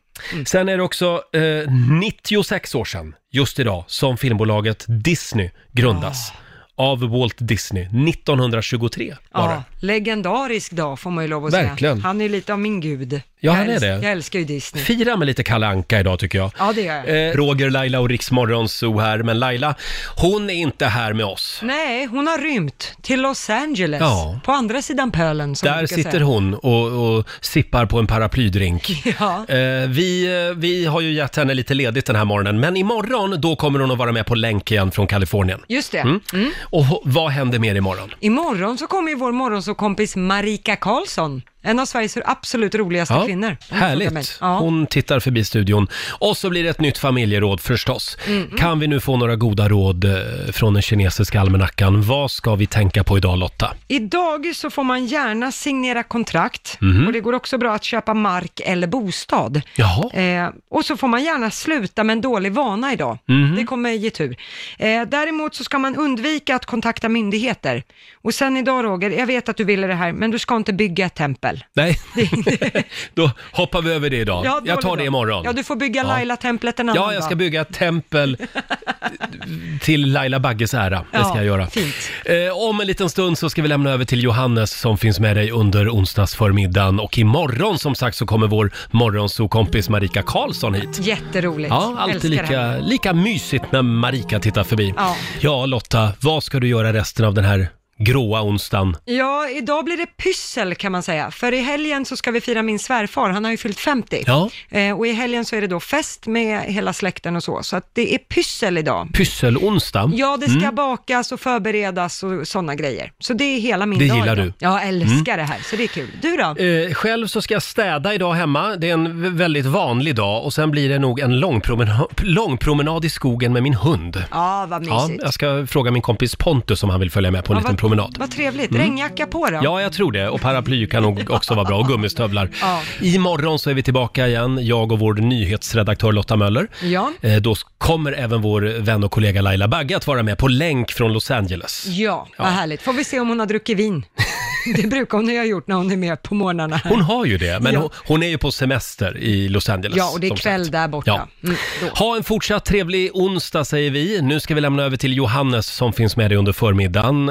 A: Sen är det också eh, 96 år sedan, just idag, som filmbolaget Disney grundas.
B: Ah.
A: Av Walt Disney, 1923 var det.
B: Ja, legendarisk dag får man ju lov att
A: Verkligen.
B: säga. Han är ju lite av min gud.
A: Ja,
B: jag
A: han är
B: älsk-
A: det.
B: Jag älskar ju Disney.
A: Fira med lite Kalle Anka idag tycker jag.
B: Ja, det gör jag.
A: Eh, Roger, Laila och Riksmorgonzoo här, men Laila, hon är inte här med oss.
B: Nej, hon har rymt till Los Angeles,
A: Ja.
B: på andra sidan pölen. Som man
A: Där
B: brukar
A: sitter
B: säga.
A: hon och, och sippar på en paraplydrink.
B: <laughs> Ja.
A: Eh, vi, eh, vi har ju gett henne lite ledigt den här morgonen, men imorgon då kommer hon att vara med på länk igen från Kalifornien.
B: Just det.
A: Mm.
B: Mm.
A: Och ho- vad händer mer imorgon?
B: Imorgon så kommer ju vår morgonsåkompis Marika Karlsson, en av Sveriges absolut roligaste kvinnor. Om du frågar mig.
A: Härligt.
B: Ja.
A: Hon tittar förbi studion. Och så blir det ett nytt familjeråd förstås.
B: Mm.
A: Kan vi nu få några goda råd eh, från den kinesiska almanackan? Vad ska vi tänka på idag Lotta?
B: Idag så får man gärna signera kontrakt
A: Mhm.
B: och det går också bra att köpa mark eller bostad.
A: Jaha.
B: Eh, och så får man gärna sluta med en dålig vana idag.
F: Mhm.
B: Det kommer ge tur. Eh, däremot så ska man undvika att kontakta myndigheter. Och sen idag Roger, jag vet att du ville det här, men du ska inte bygga ett tempel. <laughs>
A: Nej, då hoppar vi över det idag.
B: Ja,
A: jag tar
B: dålig
A: det
B: dag.
A: imorgon.
B: Ja, du får bygga
A: Ja.
B: Laila-templet en annan
A: Ja, jag ska
B: dag.
A: bygga ett
B: <laughs>
A: tempel till Laila Bagges ära. Det ska
B: Ja,
A: jag göra.
B: fint.
A: Eh, om en liten stund så ska vi lämna över till Johannes som finns med dig under onsdagsförmiddagen. Och imorgon som sagt så kommer vår morgonsokompis Marika Karlsson hit.
B: Jätteroligt.
A: Ja,
B: Älskar
A: alltid
B: det här.
A: lika, lika mysigt när Marika tittar förbi.
B: Ja.
A: ja, Lotta, vad ska du göra resten av den här gråa onsdagen?
B: Ja, idag blir det pyssel kan man säga. För i helgen så ska vi fira min svärfar, han har ju fyllt 50.
A: Ja.
B: Eh, och i helgen så är det då fest med hela släkten och så. Så att det är pyssel idag.
A: Pysselonsdag?
B: Ja, det ska
A: Mm.
B: bakas och förberedas och sådana grejer. Så det är hela min
A: Det
B: dag
A: gillar
B: idag.
A: du.
B: Ja, jag älskar
A: Mm.
B: det här, så det är kul. Du då?
A: Eh, själv så ska jag städa idag hemma. Det är en v- väldigt vanlig dag och sen blir det nog en lång, <laughs> promena- lång promenad i skogen med min hund.
B: Ja, vad
A: Ja,
B: mysigt.
A: jag ska fråga min kompis Pontus om han vill följa med på en
B: Ja,
A: liten promenad.
B: Vad trevligt.
A: Mm.
B: Regnjacka på då.
A: Ja, jag tror det. Och paraply kan nog också vara bra och gummistövlar.
B: <laughs> Ja.
A: Imorgon så är vi tillbaka igen, jag och vår nyhetsredaktör Lotta Möller.
B: Ja.
A: Eh, Då kommer även vår vän och kollega Laila Bagge att vara med på länk från Los Angeles.
B: Ja, vad
A: Ja.
B: härligt. Får vi se om hon har
A: <laughs>
B: druckit vin. Det brukar hon ju ha gjort när hon är med på morgnarna.
A: Hon har ju det, men
B: Ja.
A: hon, hon är ju på semester i Los Angeles.
B: Ja, och det är
A: som
B: kväll
A: sagt.
B: där borta.
A: Ja.
B: Mm, då.
A: Ha en fortsatt trevlig onsdag säger vi. Nu ska vi lämna över till Johannes som finns med dig under förmiddagen.